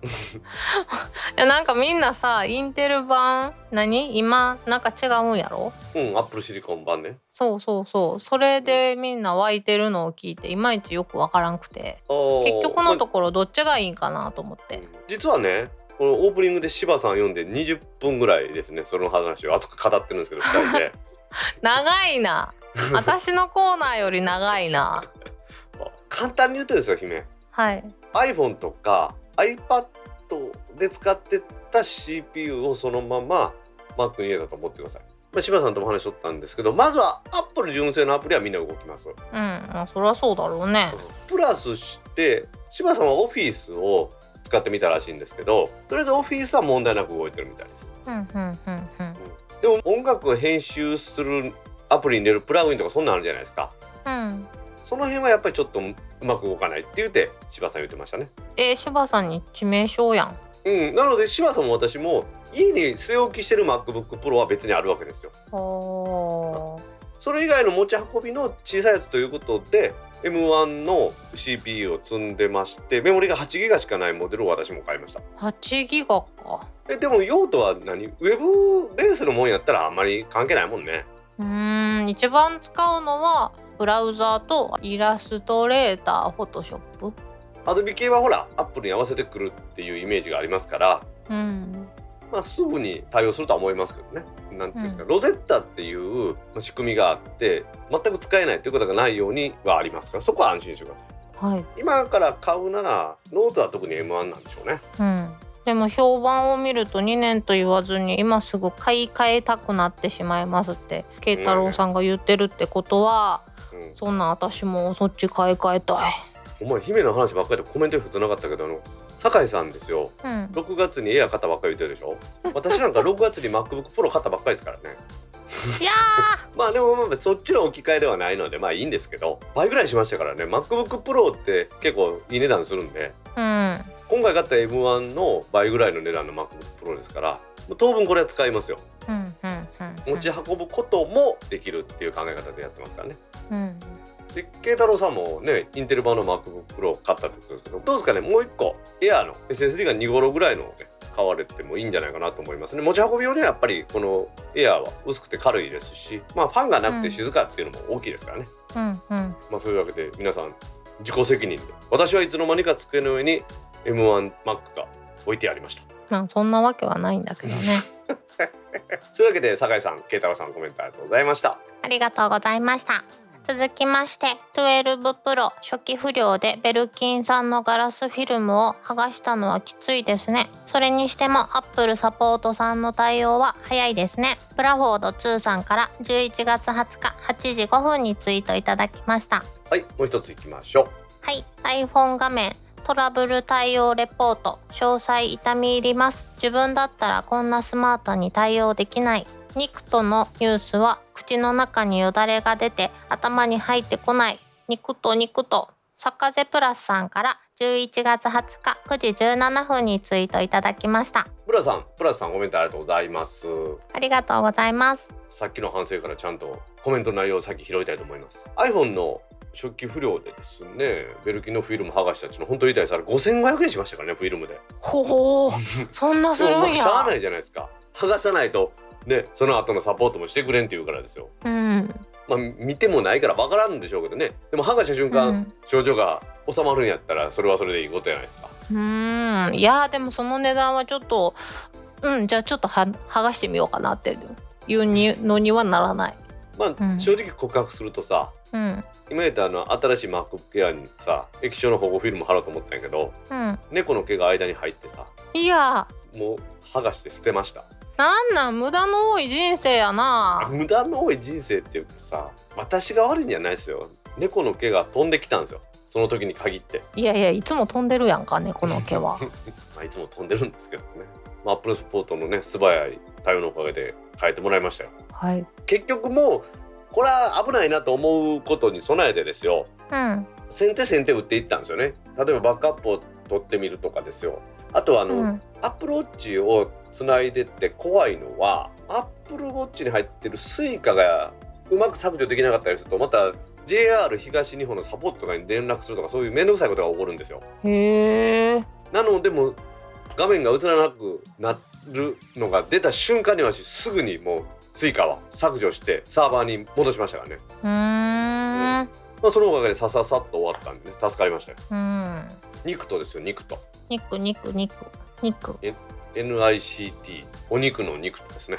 S1: いやなんかみんなさインテル版何今なんか違うんやろ
S2: うん Apple シリコン版ね
S1: そうそうそうそれでみんな湧いてるのを聞いていまいちよくわからんくて結
S2: 結
S1: 局のところどっちがいいんかなと思って
S2: 実はねこのオープニングで柴さん読んで20分ぐらいですねその話を熱く語ってるんですけど2人で
S1: 長い <laughs> な私のコーナーより長いな
S2: あ簡単に言うとですよ姫
S1: はい
S2: iPhone とか iPad で使ってた CPU をそのまま Mac に入れたと思ってください、まあ、柴さんとも話しとったんですけどまずは Apple 純正のアプリはみんな動きます
S1: うんまあそりゃそうだろうね
S2: プラスして柴さんは Office を使ってみたらしいんですけどとりあえず Office は問題なく動いてるみたいです
S1: うんうんうんうん
S2: でも音楽を編集するアプリに入れるプラグインとかそんなんあるじゃないですか
S1: うん
S2: その辺はやっぱりちょっとうまく動かないって言って柴さん言ってましたね
S1: えー、柴さんに致命傷やん
S2: うんなので柴さんも私も家に据え置きしてる MacBookPro は別にあるわけですよ
S1: ほ
S2: それ以外の持ち運びの小さいやつということで M1 の CPU を積んでましてメモリが 8GB しかないモデルを私も買いました
S1: ー8ギガか
S2: えでも用途は何ウェブベースのもんやったらあんまり関係ないもんね
S1: うーん一番使うのはブラウザーとイラストレーターフォトショップ
S2: アドビ系はほらアップルに合わせてくるっていうイメージがありますから
S1: うん
S2: まあ、すぐに対応するとは思いますけどね。なんていうんですか、
S1: う
S2: ロゼッタっていうまあ仕組みがあって全く使えないということがないようにはありますからそこは安心してください。
S1: はい
S2: 今から買うならノートは特に M1 なんでしょうね。
S1: うん、でも評判を見ると2年と言わずに今すぐ買い替えたくなってしまいますって慶太郎さんが言ってるってことは、
S2: うんうん
S1: そんなん私もそっち買い替えたい
S2: お前姫の話ばっかりでコメントに振ってなかったけどあの酒井さんですよ
S1: うん
S2: 6月にエア買ったばっかり言ってるでしょ私なんか6月に MacBookPro 買ったばっかりですからね
S1: いや
S2: まあでもまあまあそっちの置き換えではないのでまあいいんですけど倍ぐらいしましたからね MacBookPro って結構いい値段するんで
S1: ー
S2: 今回買った M1 の倍ぐらいの値段の MacBookPro ですからもう当分これは使いますよ
S1: うんうんうんうん
S2: 持ち運ぶこともできるっていう考え方でやってますからね
S1: うん
S2: で慶太郎さんもねインテル版の MacBookPro を買ったってことですけどどうですかねもう一個 Air の SSD が2頃ぐらいのをね買われてもいいんじゃないかなと思いますね持ち運び用にはやっぱりこの Air は薄くて軽いですしまあファンがなくて静かっていうのも大きいですからね、
S1: うんうん
S2: まあそういうわけで皆さん自己責任で私はいつの間にか机の上に M1Mac が置いてありました
S1: まあそんなわけはないんだけどね
S2: そういうわけで酒井さん慶太郎さんコメントありがとうございました
S1: ありがとうございました。続きまして 12Pro 初期不良でベルキンさんのガラスフィルムを剥がしたのはきついですねそれにしても Apple サポートさんの対応は早いですねブラフォード2さんから11月20日8時5分にツイートいただきました
S2: はいもう一ついきましょ
S1: はい iPhone 画面トラブル対応レポート詳細痛み入ります自分だったらこんなスマートに対応できないニクトのニュースは口の中によだれが出て頭に入ってこないニクトニクトサカゼプラスさんから11月20日9時17分にツイートいただきました
S2: うブラさんブラさんコメントありがとうございます
S1: ありがとうございます
S2: さっきの反省からちゃんとコメントの内容を先拾いたいと思います iPhone の初期不良でですねベルキンのフィルム剥がしたっちの本当に痛いさら5500円しましたからねフィルムで
S1: ほーそんなす
S2: でも
S1: る
S2: ま
S1: ん
S2: あしゃ
S1: や
S2: あないじゃないですか剥がさないとねその後のサポートもしてくれんって言うからですよ
S1: うん
S2: まあ見てもないから分からんでしょうけどねでも剥がした瞬
S1: う
S2: 間、
S1: ん
S2: 症状が収まるんやったらそれはそれでいいことじゃないですか
S1: うーんいやーでもその値段はちょっとうんじゃあちょっとは剥がしてみようかなっていうにのにはならない。
S2: まあ、
S1: うん
S2: 正直告白するとさ
S1: うん
S2: 今言ったあの新しい MacBookAir にさ液晶の保護フィルム貼ろうと思ったんやけど
S1: うん、
S2: 猫の毛が間に入ってさ
S1: いや
S2: もう剥がして捨てました
S1: ーなんなん無駄の多い人生やな。
S2: 無駄の多い人生っていうかさ私が悪いんじゃないですよ猫の毛が飛んできたんですよその時に限って、
S1: いやいやいつも飛んでるやんかねこの毛 <laughs> は。
S2: まあ、いつも飛んでるんですけどね、まあ、Apple サポートのね素早い対応のおかげで変えてもらいましたよ
S1: はい。
S2: 結局もうこれは危ないなと思うことに備えてですよ
S1: うん
S2: 先手先手打っていったんですよね例えばバックアップを取ってみるとかですよあとはあの、
S1: うん
S2: アップルウォッチをつないでって怖いのはアップルウォッチに入ってるスイカがうまく削除できなかったりするとまた JR 東日本のサポートとかに連絡するとかそういう面倒くさいことが起こるんですよ
S1: へえ。
S2: なのでもう画面が映らなくなるのが出た瞬間にはすぐにもうスイカは削除してサーバーに戻しましたからね、
S1: うーん
S2: まあ、そのおかげでさささっと終わったんでね助かりましたよ
S1: うん。
S2: 肉とですよ肉と
S1: 肉肉肉肉。
S2: NICT お肉の肉ですね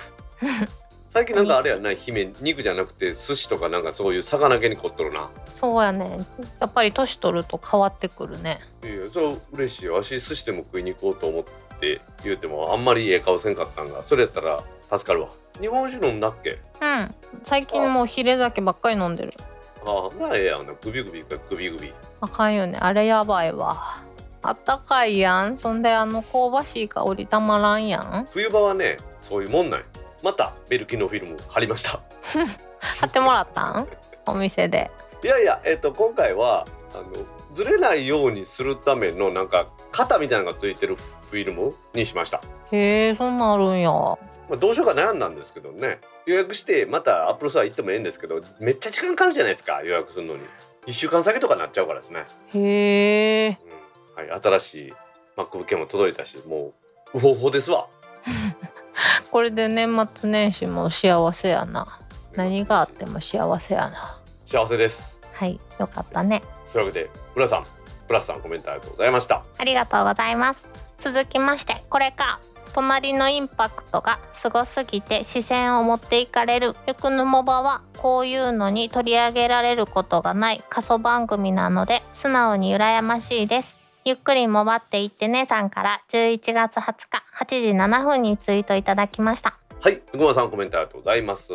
S2: 最近なんかあれやない姫肉じゃなくて寿司とかなんかそういう魚系に凝っとるな
S1: そうやねやっぱり年取ると変わってくるね。
S2: いやそう嬉しいよわし寿司でも食いに行こうと思って言うてもあんまりええ顔せんかったんがそれやったら助かるわ日本酒飲んだっけ
S1: うん最近もうヒレ酒ばっかり飲んでる。
S2: ああなあええやんなグビグビかグビグビ
S1: あかんよねあれやばいわあったかいやんそんであの香ばしい香りたまらんやん
S2: 冬場はねそういうもんなんよまたベルキのフィルム貼りました
S1: 買ってもらったんお店で
S2: いやいや、えっと、今回はあのずれないようにするためのなんか肩みたいなのがついてるフィルムにしました、
S1: へえそんなんあるんや
S2: まあ、どうしようか悩んだんですけどね予約してまたアップルストア行ってもええんですけどめっちゃ時間かかるじゃないですか予約するのに1週間先とかになっちゃうからですね、
S1: へえ
S2: うんはい、新しい MacBook も届いたしもうウホウホですわ
S1: これで年末年始も幸せやな何があっても幸せやな
S2: 幸せです
S1: はいよかったね
S2: というわけで浦さんプラスさんコメントありがとうございました
S1: ありがとうございます続きましてこれか隣のインパクトがすごすぎて視線を持っていかれるゆくぬもばはこういうのに取り上げられることがない過疎番組なので素直に羨ましいですゆっくりもばっていってねさんから11月20日8時7分にツイートいただきました
S2: はい福間さんコメントありがとうございます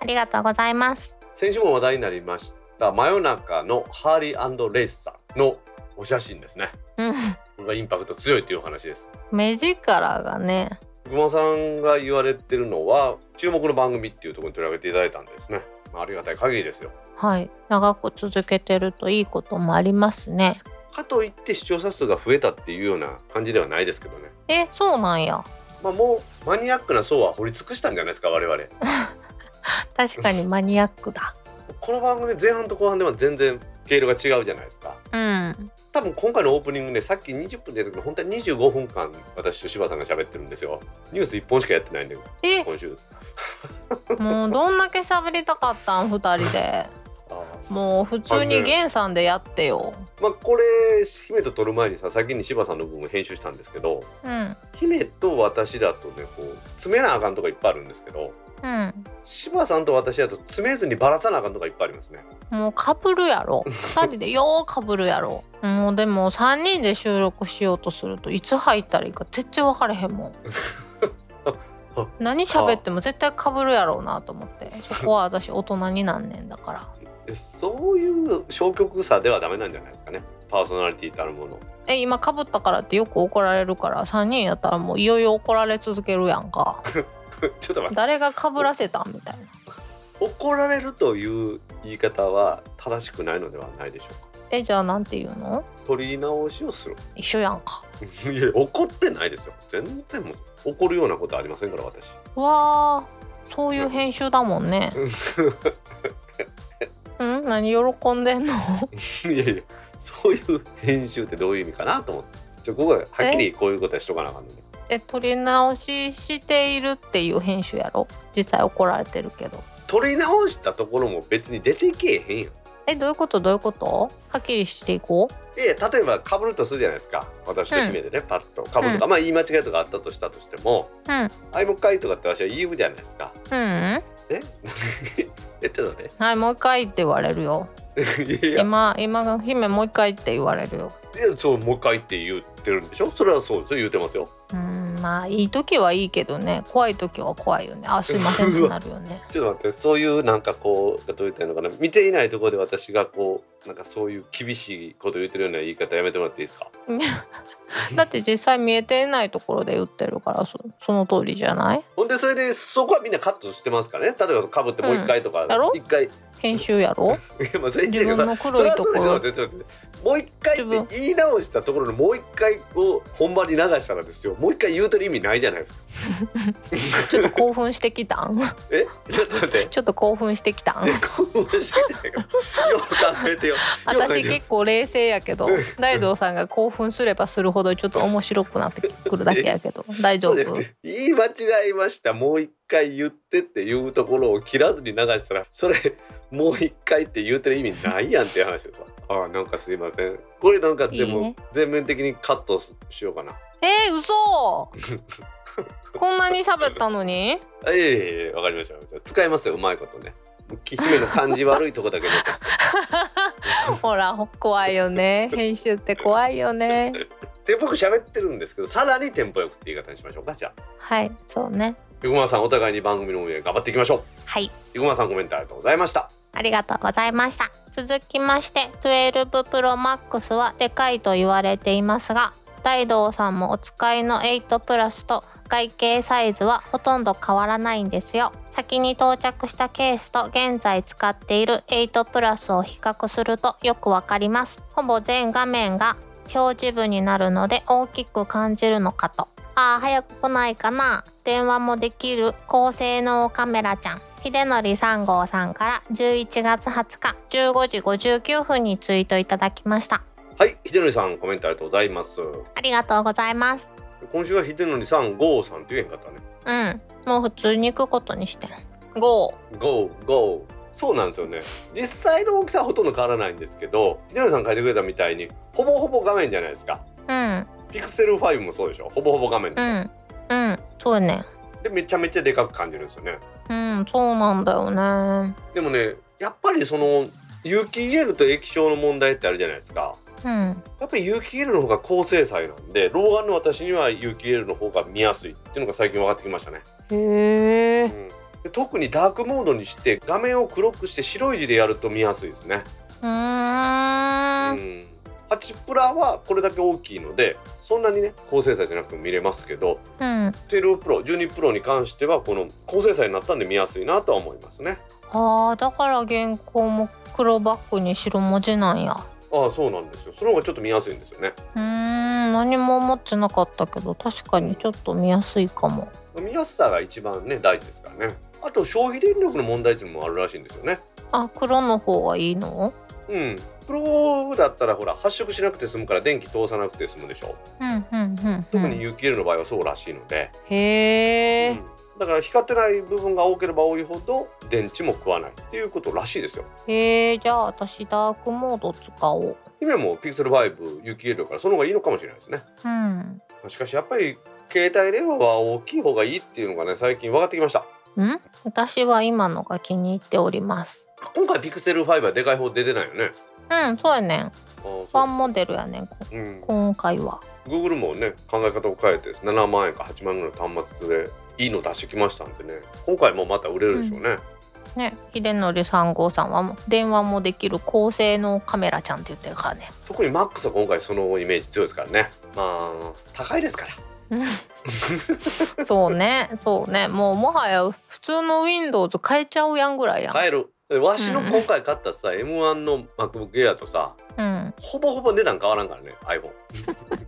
S1: ありがとうございます
S2: 先週も話題になりましだ真夜中のハーリーレイスさんのお写真ですね
S1: うん
S2: これがインパクト強いというお話です
S1: 目力がね
S2: 久保さんが言われてるのは注目の番組っていうところに取り上げていただいたんですねまあありがたい限りですよ
S1: はい長く続けてるといいこともありますね
S2: かといって視聴者数が増えたっていうような感じではないですけどね
S1: えそうなんや
S2: まあもうマニアックな層は掘り尽くしたんじゃないですか我々
S1: 確かにマニアックだ
S2: この番組前半と後半では全然毛色が違うじゃないですか
S1: うん
S2: 多分今回のオープニングねさっき20分でやったけど本当は25分間私と柴さんが喋ってるんですよニュース1本しかやってないんで
S1: え
S2: 今週
S1: もうどんだけ喋りたかったん2人でもう普通にゲンさんでやってよ
S2: まあこれ姫と撮る前にさ先に柴さんの部分を編集したんですけど
S1: うん
S2: 姫と私だとねこう詰めなあかんとかいっぱいあるんですけど
S1: うん
S2: 柴さんと私だと詰めずにばらさなあかんとかいっぱいありますね
S1: もうかぶるやろ2人でようかぶるやろもうでも3人で収録しようとするといつ入ったらいいか絶対分かれへんもん何喋っても絶対かぶるやろうなと思ってそこは私大人になんねんだから
S2: でそういう消極さではダメなんじゃないですかねパーソナリティたるもの <laughs>
S1: え今かぶったからってよく怒られるから3人やったらもういよいよ怒られ続けるやんか
S2: ちょっと待って
S1: 誰がかぶらせたんみたいな
S2: 怒られるという言い方は正しくないのではないでしょうか
S1: えじゃあなんて言うの
S2: 取り直しをする <laughs>
S1: 一緒やんか
S2: いや怒ってないですよ全然もう怒るようなことありませんから私 <laughs>
S1: うわーそういう編集だもんねうん何喜んでんの
S2: いやいやそういう編集ってどういう意味かなと思ってちょここははっきりこういうことはしとかなあかんのね
S1: え撮り直ししているっていう編集やろ実際怒られてるけど
S2: 取り直したところも別に出てけえへんやん
S1: えどういうことどういうことはっきりしていこう
S2: で例えばかぶるとするじゃないですか私と姫でね、パッとかぶるとか、まあ言い間違いとかあったとしたとしても
S1: うん
S2: 「あいもう一回」とかって私は言うじゃないですか <laughs>
S1: うん
S2: ええちょっと待
S1: はいもう一回って言われるよ
S2: って <laughs> いや
S1: 今今姫もう一回って言われるよ
S2: でそうもう一回って言ってるんでしょそれはそうですよ言ってますよ
S1: うんまあいい時はいいけどね怖い時は怖いよねあすいませんってなるよね
S2: ちょっと待ってそういうなんかこうどう言ったらいいのかな見ていないところで私がこうなんかそういう厳しいこと言ってるような言い方やめてもらっていいですか
S1: <laughs> だって実際見えてないところで言ってるからそその通りじゃない
S2: ほんでそれでそこはみんなカットしてますからね例えばかぶってもう一回とか
S1: んやろ
S2: 一、回 <laughs> い
S1: 編集やろ
S2: やまあそれ言っ
S1: 自
S2: て
S1: 分
S2: るけどさ
S1: の
S2: そ
S1: 黒
S2: れ
S1: い
S2: は
S1: とこ
S2: そうでしょ
S1: ろ
S2: ちょっと待ってもう一回
S1: 自分
S2: って言い直したところのもう一回を本番に流したらですよもう一回言うてる意味ないじゃないです <laughs> か
S1: ちょっと興奮してきたん <laughs>
S2: えちょっと待って
S1: ちょっと興奮してきたん
S2: え興奮してきたよよく考えてよよく考え
S1: 私
S2: てよ
S1: 結構冷静やけど大道さんが興奮すればするほどちょっと面白くなってくるだけやけど大丈
S2: そうじゃ
S1: 夫
S2: なくて言い間違いましたもう一回言ってっていうところを切らずに流したらそれもう一回って言うてる意味ないやんっていう話でさああなんかすいませんこれなんかで
S1: いい
S2: も
S1: ね
S2: 全面的にカットしようかな
S1: えー、嘘こんなに喋ったの
S2: <laughs>
S1: に
S2: あいえいえいえわかりましたわかりました使いますようまいことね姫の感じ悪いとこだけ
S1: <laughs>
S2: 残して
S1: ほら怖いよね編集って怖いよね
S2: で僕喋ってるんですけどさらにテンポよくって言い方にしましょうかじゃあ
S1: はいそうね
S2: 生駒さんお互いに番組の運営頑張っていきましょ
S1: はい
S2: 生駒さんコメントありがとうございました
S1: ありがとうございました続きまして 12ProMax はでかいと言われていますが大道さんもお使いの8プラスと外形サイズはほとんど変わらないんですよ先に到着したケースと現在使っている8プラスを比較するとよくわかりますほぼ全画面が表示部になるので大きく感じるのかとああ早く来ないかな電話もできる高性能カメラちゃん秀則3号さんから11月20日15時59分にツイートいただきました
S2: はい秀則さんコメントありがとうございます
S1: ありがとうございます
S2: 今週は秀則さんゴーさんって言えへんかったね
S1: うんもう普通に行くことにしてゴ
S2: ゴーゴーそうなんですよね実際の大きさはほとんど変わらないんですけど秀則さん書いてくれたみたいにほぼほぼ画面じゃないですか
S1: ー
S2: ピクセル5もそうでしょほぼほぼ画面で
S1: う
S2: しょ、
S1: んうんうんそうね
S2: でめちゃめちゃでかく感じるんですよね
S1: うんそうなんだよね
S2: でもねやっぱりその有機 EL と液晶の問題ってあるじゃないですか
S1: うん
S2: やっぱり有機 EL の方が高精細なんで老眼の私には有機 EL の方が見やすいっていうのが最近分かってきましたね、
S1: へえ
S2: うんで特にダークモードにして画面を黒くして白い字でやると見やすいですね。
S1: うー
S2: うんん8プラはこれだけ大きいのでそんなにね高精細じゃなくても見れますけど
S1: うん
S2: 12プロ12プロに関してはこの高精細になったんで見やすいなとは思いますね。
S1: あーだから原稿も黒バックに白文字なんや
S2: ああそうなんですよその方がちょっと見やすいんですよね
S1: うーん何も思ってなかったけど確かにちょっと見やすいかも
S2: 見やすさが一番ね大事ですからねあと消費電力の問題っていうのもあるらしいんですよね
S1: あ黒の方がいいの
S2: うんプロだったらほら発色しなくて済むから電気通さなくて済むでしょ
S1: うんうんうん、う
S2: 特に
S1: ん、
S2: 有機 L の場合はそうらしいので、
S1: へえ
S2: うんだから光ってない部分が多ければ多いほど電池も食わないっていうことらしいですよ
S1: へえじゃあ私ダークモード使おう
S2: 姫も Pixel5 有機 L だからその方がいいのかもしれないですね
S1: うん
S2: しかしやっぱり携帯電話は大きい方がいいっていうのがね最近分かってきました
S1: ん私は今のが気に入っております
S2: 今回 Pixel5 はでかい方出てないよね
S1: うんそうやねん
S2: ああそう
S1: ファンモデルやねんこ
S2: うん
S1: 今回は
S2: Google もね考え方を変えて7万円か8万円ぐらいの端末でいいの出してきましたんでね今回もまた売れるでしょうね、
S1: ね秀則3号さんはもう電話もできる高性能カメラちゃんって言ってるからね
S2: 特に MAX は今回そのイメージ強いですからねまあ高いですから
S1: うんそうねそうねもうもはや普通の Windows 変えちゃうやんぐらいやん、
S2: 買えるでわしの
S1: うん
S2: 今回買ったさ、M1 の MacBookAir とさ
S1: うん、
S2: ほぼほぼ値段変わらんからね iPhone <laughs>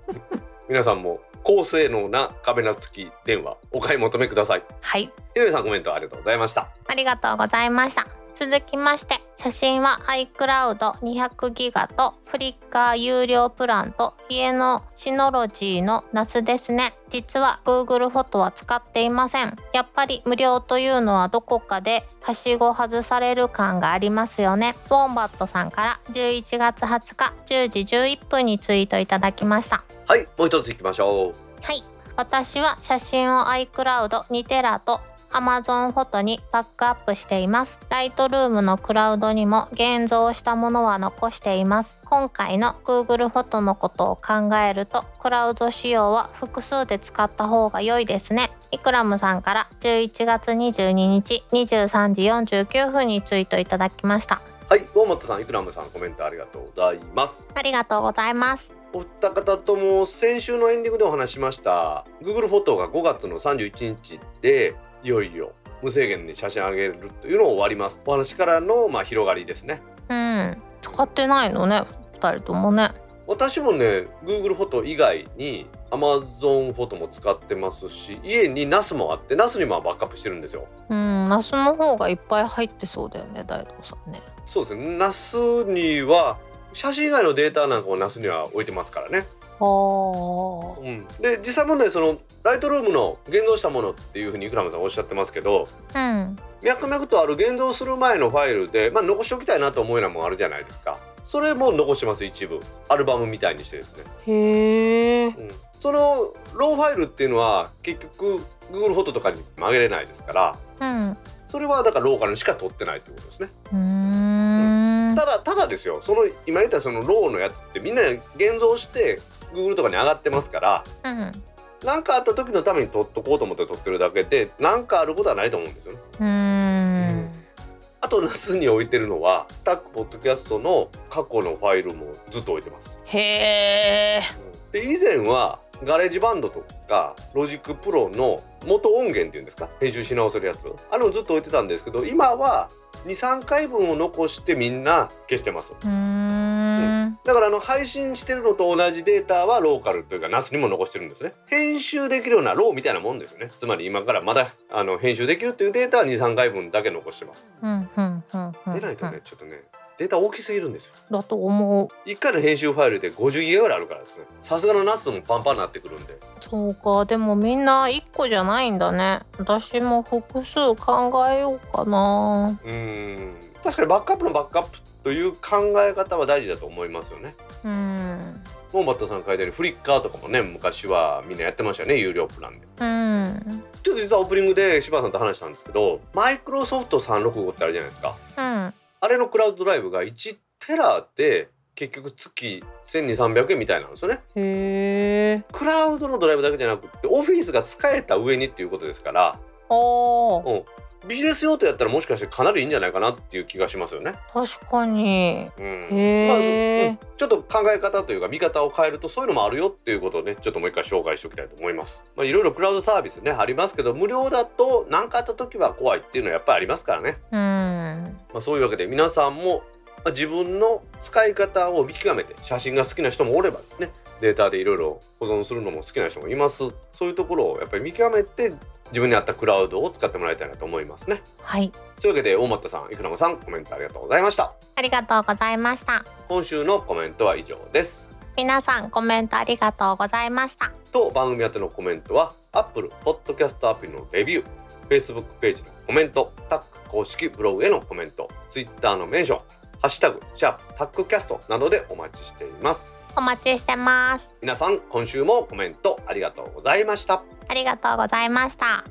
S2: 皆さんも高性能なカメラ付き電話お買い求めください
S1: はい
S2: 井上さんコメントありがとうございました
S1: ありがとうございました。続きまして、写真は iCloud200 ギガと Flickr 有料プランと家のシノロジーの NAS ですね。実は Google フォトは使っていません。やっぱり無料というのはどこかではしご外される感がありますよね。ウォンバットさんから11月20日10時11分にツイートいただきました。
S2: はいもう一ついきましょう
S1: はい私は写真を iCloud2 テラと Amazon フォトにバックアップしていますライトルームのクラウドにも現像したものは残しています今回の Google フォトのことを考えるとクラウド仕様は複数で使った方が良いですねイクラムさんから11月22日23時49分にツイートいただきました
S2: はい大本さんイクラムさんコメントありがとうございます
S1: ありがとうございます
S2: お二方とも先週のエンディングでお話ししました Google フォトが5月の31日でいよいよ無制限に写真上げるというのを終わりますお話からのまあ広がりですね
S1: うん使ってないのね2人ともね
S2: 私もね Google フォト以外に Amazon フォトも使ってますし家に NAS もあって NAS にもバックアップしてるんですよ
S1: うん、ナスの方がいっぱい入ってそうだよね、大道さんね。
S2: そうですね NAS には写真以外のデータなんかを NAS には置いてますからね
S1: ああ、
S2: うん、で実際問題そのライトルームの現像したものっていうふうにイクラムさんおっしゃってますけど
S1: うん、
S2: 脈々とある現像する前のファイルで、まあ、残しておきたいなと思うようなもんあるじゃないですかそれも残してます一部アルバムみたいにしてですね、
S1: へえ、
S2: うん、そのローファイルっていうのは結局 Google フォトとかに曲げれないですから
S1: うん、う
S2: それはだからローカルにしか撮ってないってことですね
S1: ーん、
S2: ただただですよその今言ったそのローのやつってみんな現像して Google とかに上がってますから
S1: うん、
S2: 何かあった時のために取っとこうと思って取ってるだけで何かあることはないと思うんですよね。
S1: うーん、
S2: あと夏に置いてるのはタックポッドキャストの過去のファイルもずっと置いてます。
S1: へえ、
S2: で以前はガレージバンドとかロジックプロの元音源っていうんですか編集し直せるやつあれをずっと置いてたんですけど今は23回分を残してみんな消してます
S1: うーん、
S2: だからあの配信してるのと同じデータはローカルというか NAS にも残してるんですね編集できるようなローみたいなもんですよねつまり今からまだあの編集できるっていうデータは23回分だけ残してます
S1: うん、うん、うん、うん、
S2: でないとねちょっとねデータ大きすぎるんですよ
S1: だと思う。
S2: 1回の編集ファイルで50ギガぐらいあるからですねさすがの NAS もパンパンになってくるんで
S1: そうか、でもみんな一個じゃないんだね。私も複数考えようかな。
S2: うーん確かにバックアップのバックアップという考え方は大事だと思いますよね
S1: うん、
S2: モンバットさんが書いてあるフリッカーとかもね昔はみんなやってましたよね有料プランで
S1: うん、
S2: ちょっと実はオープニングで柴田さんと話したんですけどマイクロソフト365ってあるじゃないですか
S1: うん、
S2: あれのクラウドドライブが1テラで結局月1200300円みたいなんですよね
S1: へえ、
S2: クラウドのドライブだけじゃなくてオフィスが使えた上にっていうことですから、
S1: ああ、
S2: うん、ビジネス用途やったらもしかしてかなりいいんじゃないかなっていう気がしますよね。
S1: 確かに
S2: うんまあそ
S1: へ
S2: うん
S1: え、
S2: ちょっと考え方というか見方を変えるとそういうのもあるよっていうことをねちょっともう一回紹介しておきたいと思います。まあ、いろいろクラウドサービスねありますけど無料だと何かあった時は怖いっていうのはやっぱりありますからね。
S1: うん
S2: まあ、そういうわけで皆さんもまあ自分の使い方を見極めて写真が好きな人もおればですねデータでいろいろ保存するのも好きな人もいますそういうところをやっぱり見極めて自分に合ったクラウドを使ってもらいたいなと思いますね
S1: はい
S2: そういうわけで大俣さん生野さんコメントありがとうございました
S1: ありがとうございました
S2: 今週のコメントは以上です
S1: 皆さんコメントありがとうございました
S2: と番組宛てのコメントは Apple Podcast アプリのレビュー Facebook ページのコメントタック公式ブログへのコメント Twitter のメンションハッシュタグシャープタックキャストなどでお待ちしています
S1: お待ちしてます
S2: 皆さん今週もコメントありがとうございました
S1: ありがとうございました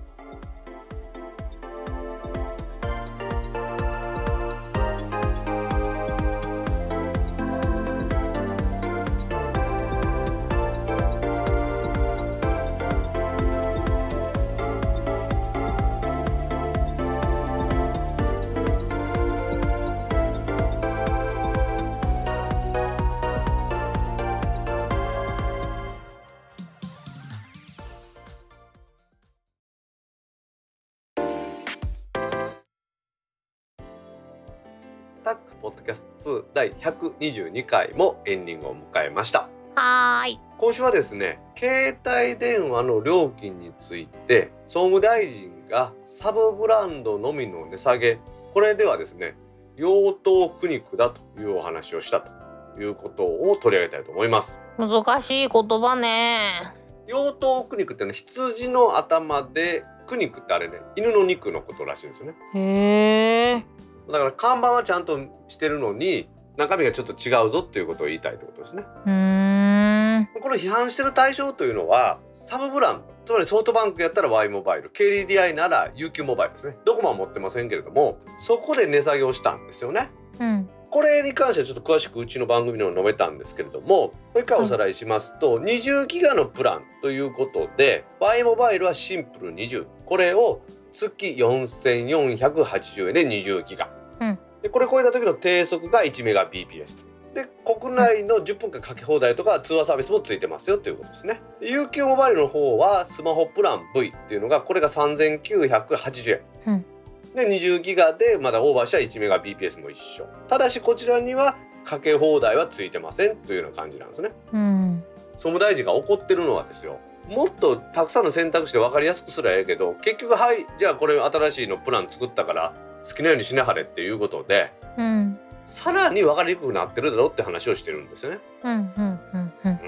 S2: タックポッドキャスト2第122回もエンディングを迎えました
S1: はーい
S2: 今週はですね携帯電話の料金について総務大臣がサブブランドのみの値下げこれではですね用途苦肉だというお話をしたということを取り上げたいと思います
S1: 難しい言葉ね
S2: 用途苦肉ってのは羊の頭で苦肉ってあれね犬の肉のことらしいんですよね
S1: へえ
S2: だから看板はちゃんとしてるのに中身がちょっと違うぞっていうことを言いたいってことですね。
S1: うーん
S2: この批判してる対象というのはサブブランドつまりソフトバンクやったら Y モバイル KDDI なら UQ モバイルですねドコモは持ってませんけれどもそこで値下げをしたんですよね。
S1: うん
S2: これに関してはちょっと詳しくうちの番組でも述べたんですけれどももう一回おさらいしますと、20ギガのプランということで Y モバイルはシンプル20これを月4480円で20ギガ、
S1: うん
S2: でこれ超えた時の低速が1メガ BPS と。で国内の10分間かけ放題とか通話サービスもついてますよということですね。で UQ モバイルの方はスマホプラン V っていうのがこれが3980円。で20ギガでまだオーバーした1メガ BPS も一緒ただしこちらにはかけ放題はついてませんというような感じなんですね
S1: うん
S2: 総務大臣が怒ってるのはですよもっとたくさんの選択肢で分かりやすくすりゃええけど結局はいじゃあこれ新しいのプラン作ったから好きなようにしなはれっていうことで
S1: うん
S2: さらに分かりにくくなってるだろうって話をしてるんですよね、
S1: うんうんうんうん
S2: うん、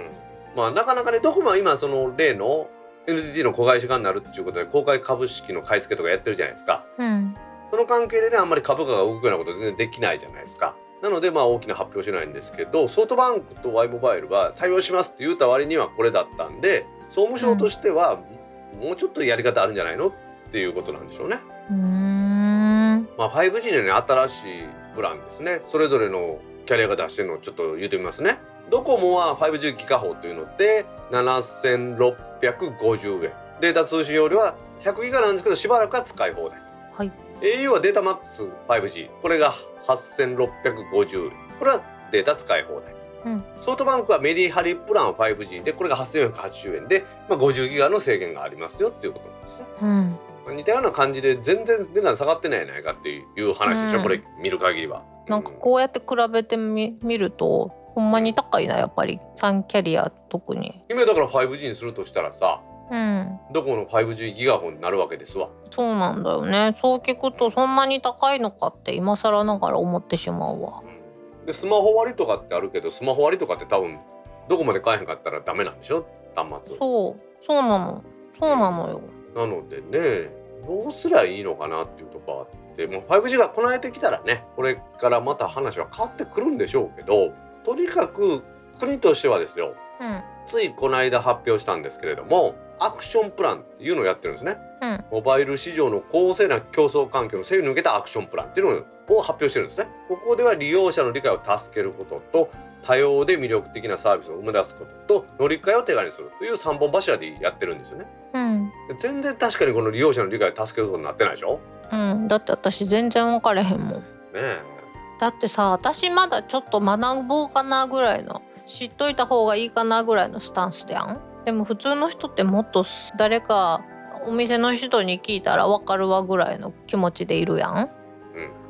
S2: まあなかなかねどこも今その例の NTT の子会社化になるっていうことで公開株式の買い付けとかやってるじゃないですか
S1: うん
S2: その関係でねあんまり株価が動くようなこと全然できないじゃないですか。なのでまあ大きな発表しないんですけどソフトバンクと Y モバイルは対応しますって言うた割にはこれだったんで総務省としてはもうちょっとやり方あるんじゃないのっていうことなんでしょうね。
S1: うーん
S2: まあ、5G の、ね、新しいプランですねそれぞれのキャリアが出してるのをちょっと言ってみますね。ドコモは 5G ギガ法というので7650円データ通信容量は100ギガなんですけどしばらくは使い放題。
S1: はい
S2: au はデータマックス 5G これが8650これはデータ使い放題、
S1: うん
S2: ソフトバンクはメリハリプラン 5G でこれが8480円で、まあ、50ギガの制限がありますよっていうことなんですね
S1: うん
S2: 似たような感じで全然値段下がってないやないかっていう話でしょ、
S1: うん
S2: これ見る限りは
S1: なんかこうやって比べてみ見るとほんまに高いなやっぱり3キャリア特に
S2: うん今だから 5G にするとしたらさ
S1: うん
S2: ドコモの 5G ギガホンになるわけですわ
S1: そうなんだよねそう聞くとそんなに高いのかって今更ながら思ってしまうわ
S2: でスマホ割りとかってあるけどスマホ割りとかって多分どこまで買えへんかったらダメなんでしょ端末
S1: そうそうなのそうなのよ
S2: なのでねどうすりゃいいのかなっていうとこあってもう 5G がこなえてきたらねこれからまた話は変わってくるんでしょうけどとにかく国としてはですよ
S1: うん
S2: ついこの間発表したんですけれどもアクションプランっていうのをやってるんですね、
S1: うん
S2: モバイル市場の公正な競争環境の整備に向けたアクションプランっていうのを発表してるんですねここでは利用者の理解を助けることと多様で魅力的なサービスを生み出すことと乗り換えを手軽にするという3本柱でやってるんですよね
S1: うん
S2: 全然確かにこの利用者の理解を助けることになってないでしょ
S1: うんうんだって私全然分からへんもん
S2: え
S1: だってさ私まだちょっと学ぼうかなぐらいの知っといた方がいいかなぐらいのスタンスでやんでも普通の人ってもっと誰かお店の人に聞いたら分かるわぐらいの気持ちでいるやん、
S2: うん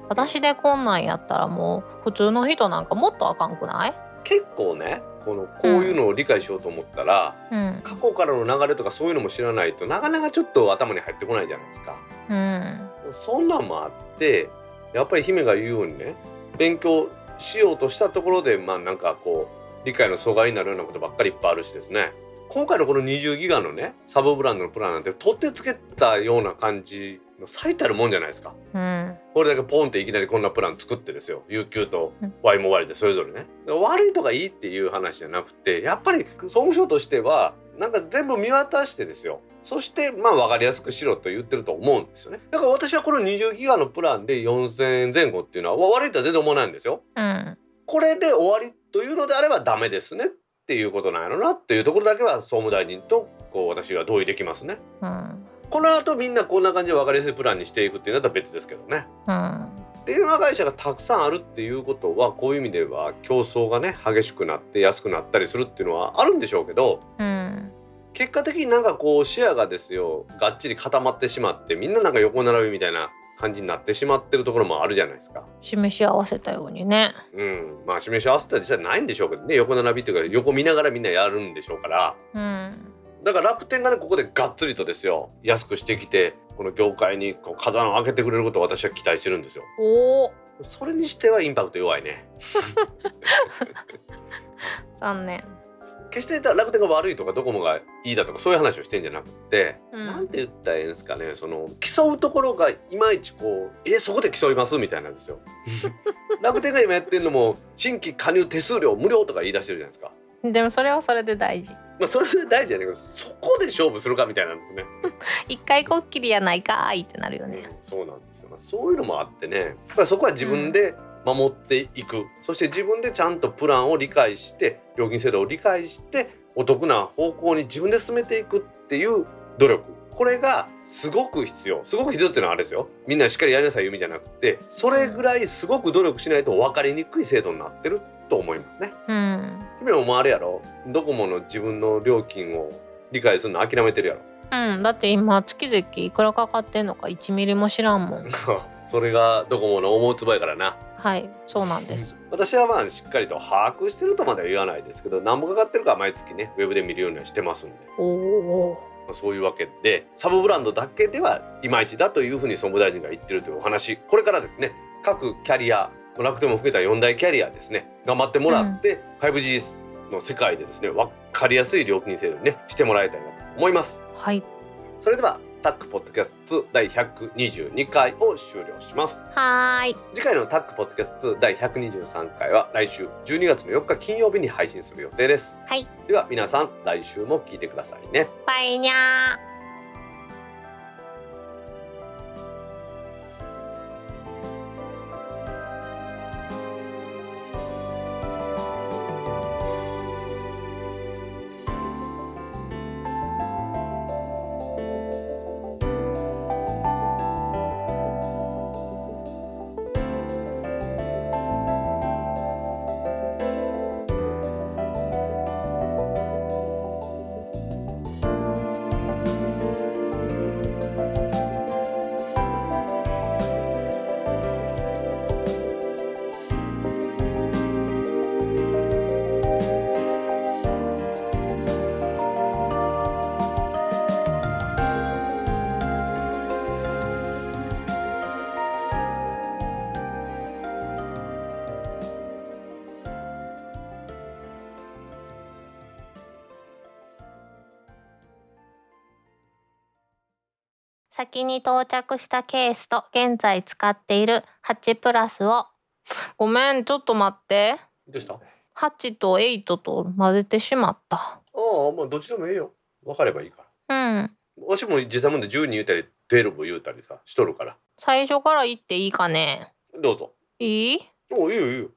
S1: 私でこんなんやったらもう普通の人なんかもっとあかんくない
S2: 結構ねこのこういうのを理解しようと思ったら、
S1: うん
S2: 過去からの流れとかそういうのも知らないとなかなかちょっと頭に入ってこないじゃないですか。
S1: うん
S2: そんなんもあってやっぱり姫が言うようにね勉強しようとしたところでまあなんかこう理解の阻害になるようなことばっかりいっぱいあるしですね今回のこの20ギガのねサブブランドのプランなんて取ってつけたような感じの最たるもんじゃないですか
S1: うん
S2: これだけポンっていきなりこんなプラン作ってですよ UQ と
S1: うん
S2: Y モバイルでそれぞれね悪いとかいいっていう話じゃなくてやっぱり総務省としてはなんか全部見渡してですよそしてまあ分かりやすくしろと言ってると思うんですよねだから私はこの20ギガのプランで4000円前後っていうのはわ悪いとは全然思わないんですよ
S1: うん
S2: これで終わりというのであればダメですねっていうことなんやろなっていうところだけは総務大臣とこう私は同意できますね
S1: うん
S2: この後みんなこんな感じで分かりやすいプランにしていくっていうのは別ですけどね
S1: うん
S2: 電話会社がたくさんあるっていうことはこういう意味では競争がね激しくなって安くなったりするっていうのはあるんでしょうけど
S1: うん
S2: 結果的になんかこう視野がですよがっちり固まってしまってみんななんか横並びみたいな感じになってしまってるところもあるじゃないですか。
S1: 示し合わせたようにね
S2: うん、まあ示し合わせたりじゃないんでしょうけどね横並びっていうか横見ながらみんなやるんでしょうから
S1: うん
S2: だから楽天がねここでがっつりとですよ安くしてきてこの業界にこう風穴を開けてくれることを私は期待してるんですよ。
S1: おお
S2: それにしてはインパクト弱いね。
S1: 残念
S2: 決して楽天が悪いとかドコモがいいだとかそういう話をしてんじゃなくて、
S1: うん
S2: なんて言ったらええんですかねその競うところがいまいちこう「えそこで競います?」みたいなんで
S1: <laughs>
S2: すよ。楽天が今やってるのも新規加入手数料無料とか言い出してるじゃないですか。
S1: でもそれはそれで大事
S2: まあ、それは大事じゃないけどそこで勝負するかみたいなんですね。
S1: 一回こっきりやないかーいってなるよね
S2: うんそうなんですよ、まあ、そういうのもあってねやっぱりそこは自分で守っていく、そして自分でちゃんとプランを理解して料金制度を理解してお得な方向に自分で進めていくっていう努力これがすごく必要すごく必要っていうのはあれですよみんなしっかりやりなさい言う意味じゃなくてそれぐらいすごく努力しないと分かりにくい制度になってると思いますね。
S1: うん
S2: 君ももうあれやろドコモの自分の料金を理解するの諦めてるやろ <laughs>
S1: うんだって今月々いくらかかってんのか1ミリも知らんもん
S2: それがドコモの思うつぼやからな。
S1: はいそうなんです
S2: 私はまあしっかりと把握してるとまでは言わないですけど何もかかってるかは毎月ねウェブで見るようにはしてますんで、
S1: おお
S2: まあそういうわけでサブブランドだけではいまいちだというふうに総務大臣が言ってるというお話これからですね各キャリア楽天も含めた4大キャリアですね頑張ってもらって、5G の世界でですね分かりやすい料金制度にねしてもらいたいなと思います。
S1: はい
S2: それではタックポッドキャスト2第122回を終了します。
S1: はーい
S2: 次回のタックポッドキャスト2第123回は来週12月の4日金曜日に配信する予定です。
S1: はい。
S2: では皆さん来週も聞いてくださいね。
S1: バイニャー先に到着したケースと現在使っている8プラスをごめんちょっと待って
S2: どうした？あ
S1: 8と8と混ぜてしまった
S2: あまあどっちでもいいよ。分かればいいか
S1: う
S2: ら。
S1: ん
S2: わしも実際もんで12言うたり12言うたりさしとるから。
S1: 最初から言っていいかね
S2: どうぞ。
S1: いい
S2: おいいよいいよ。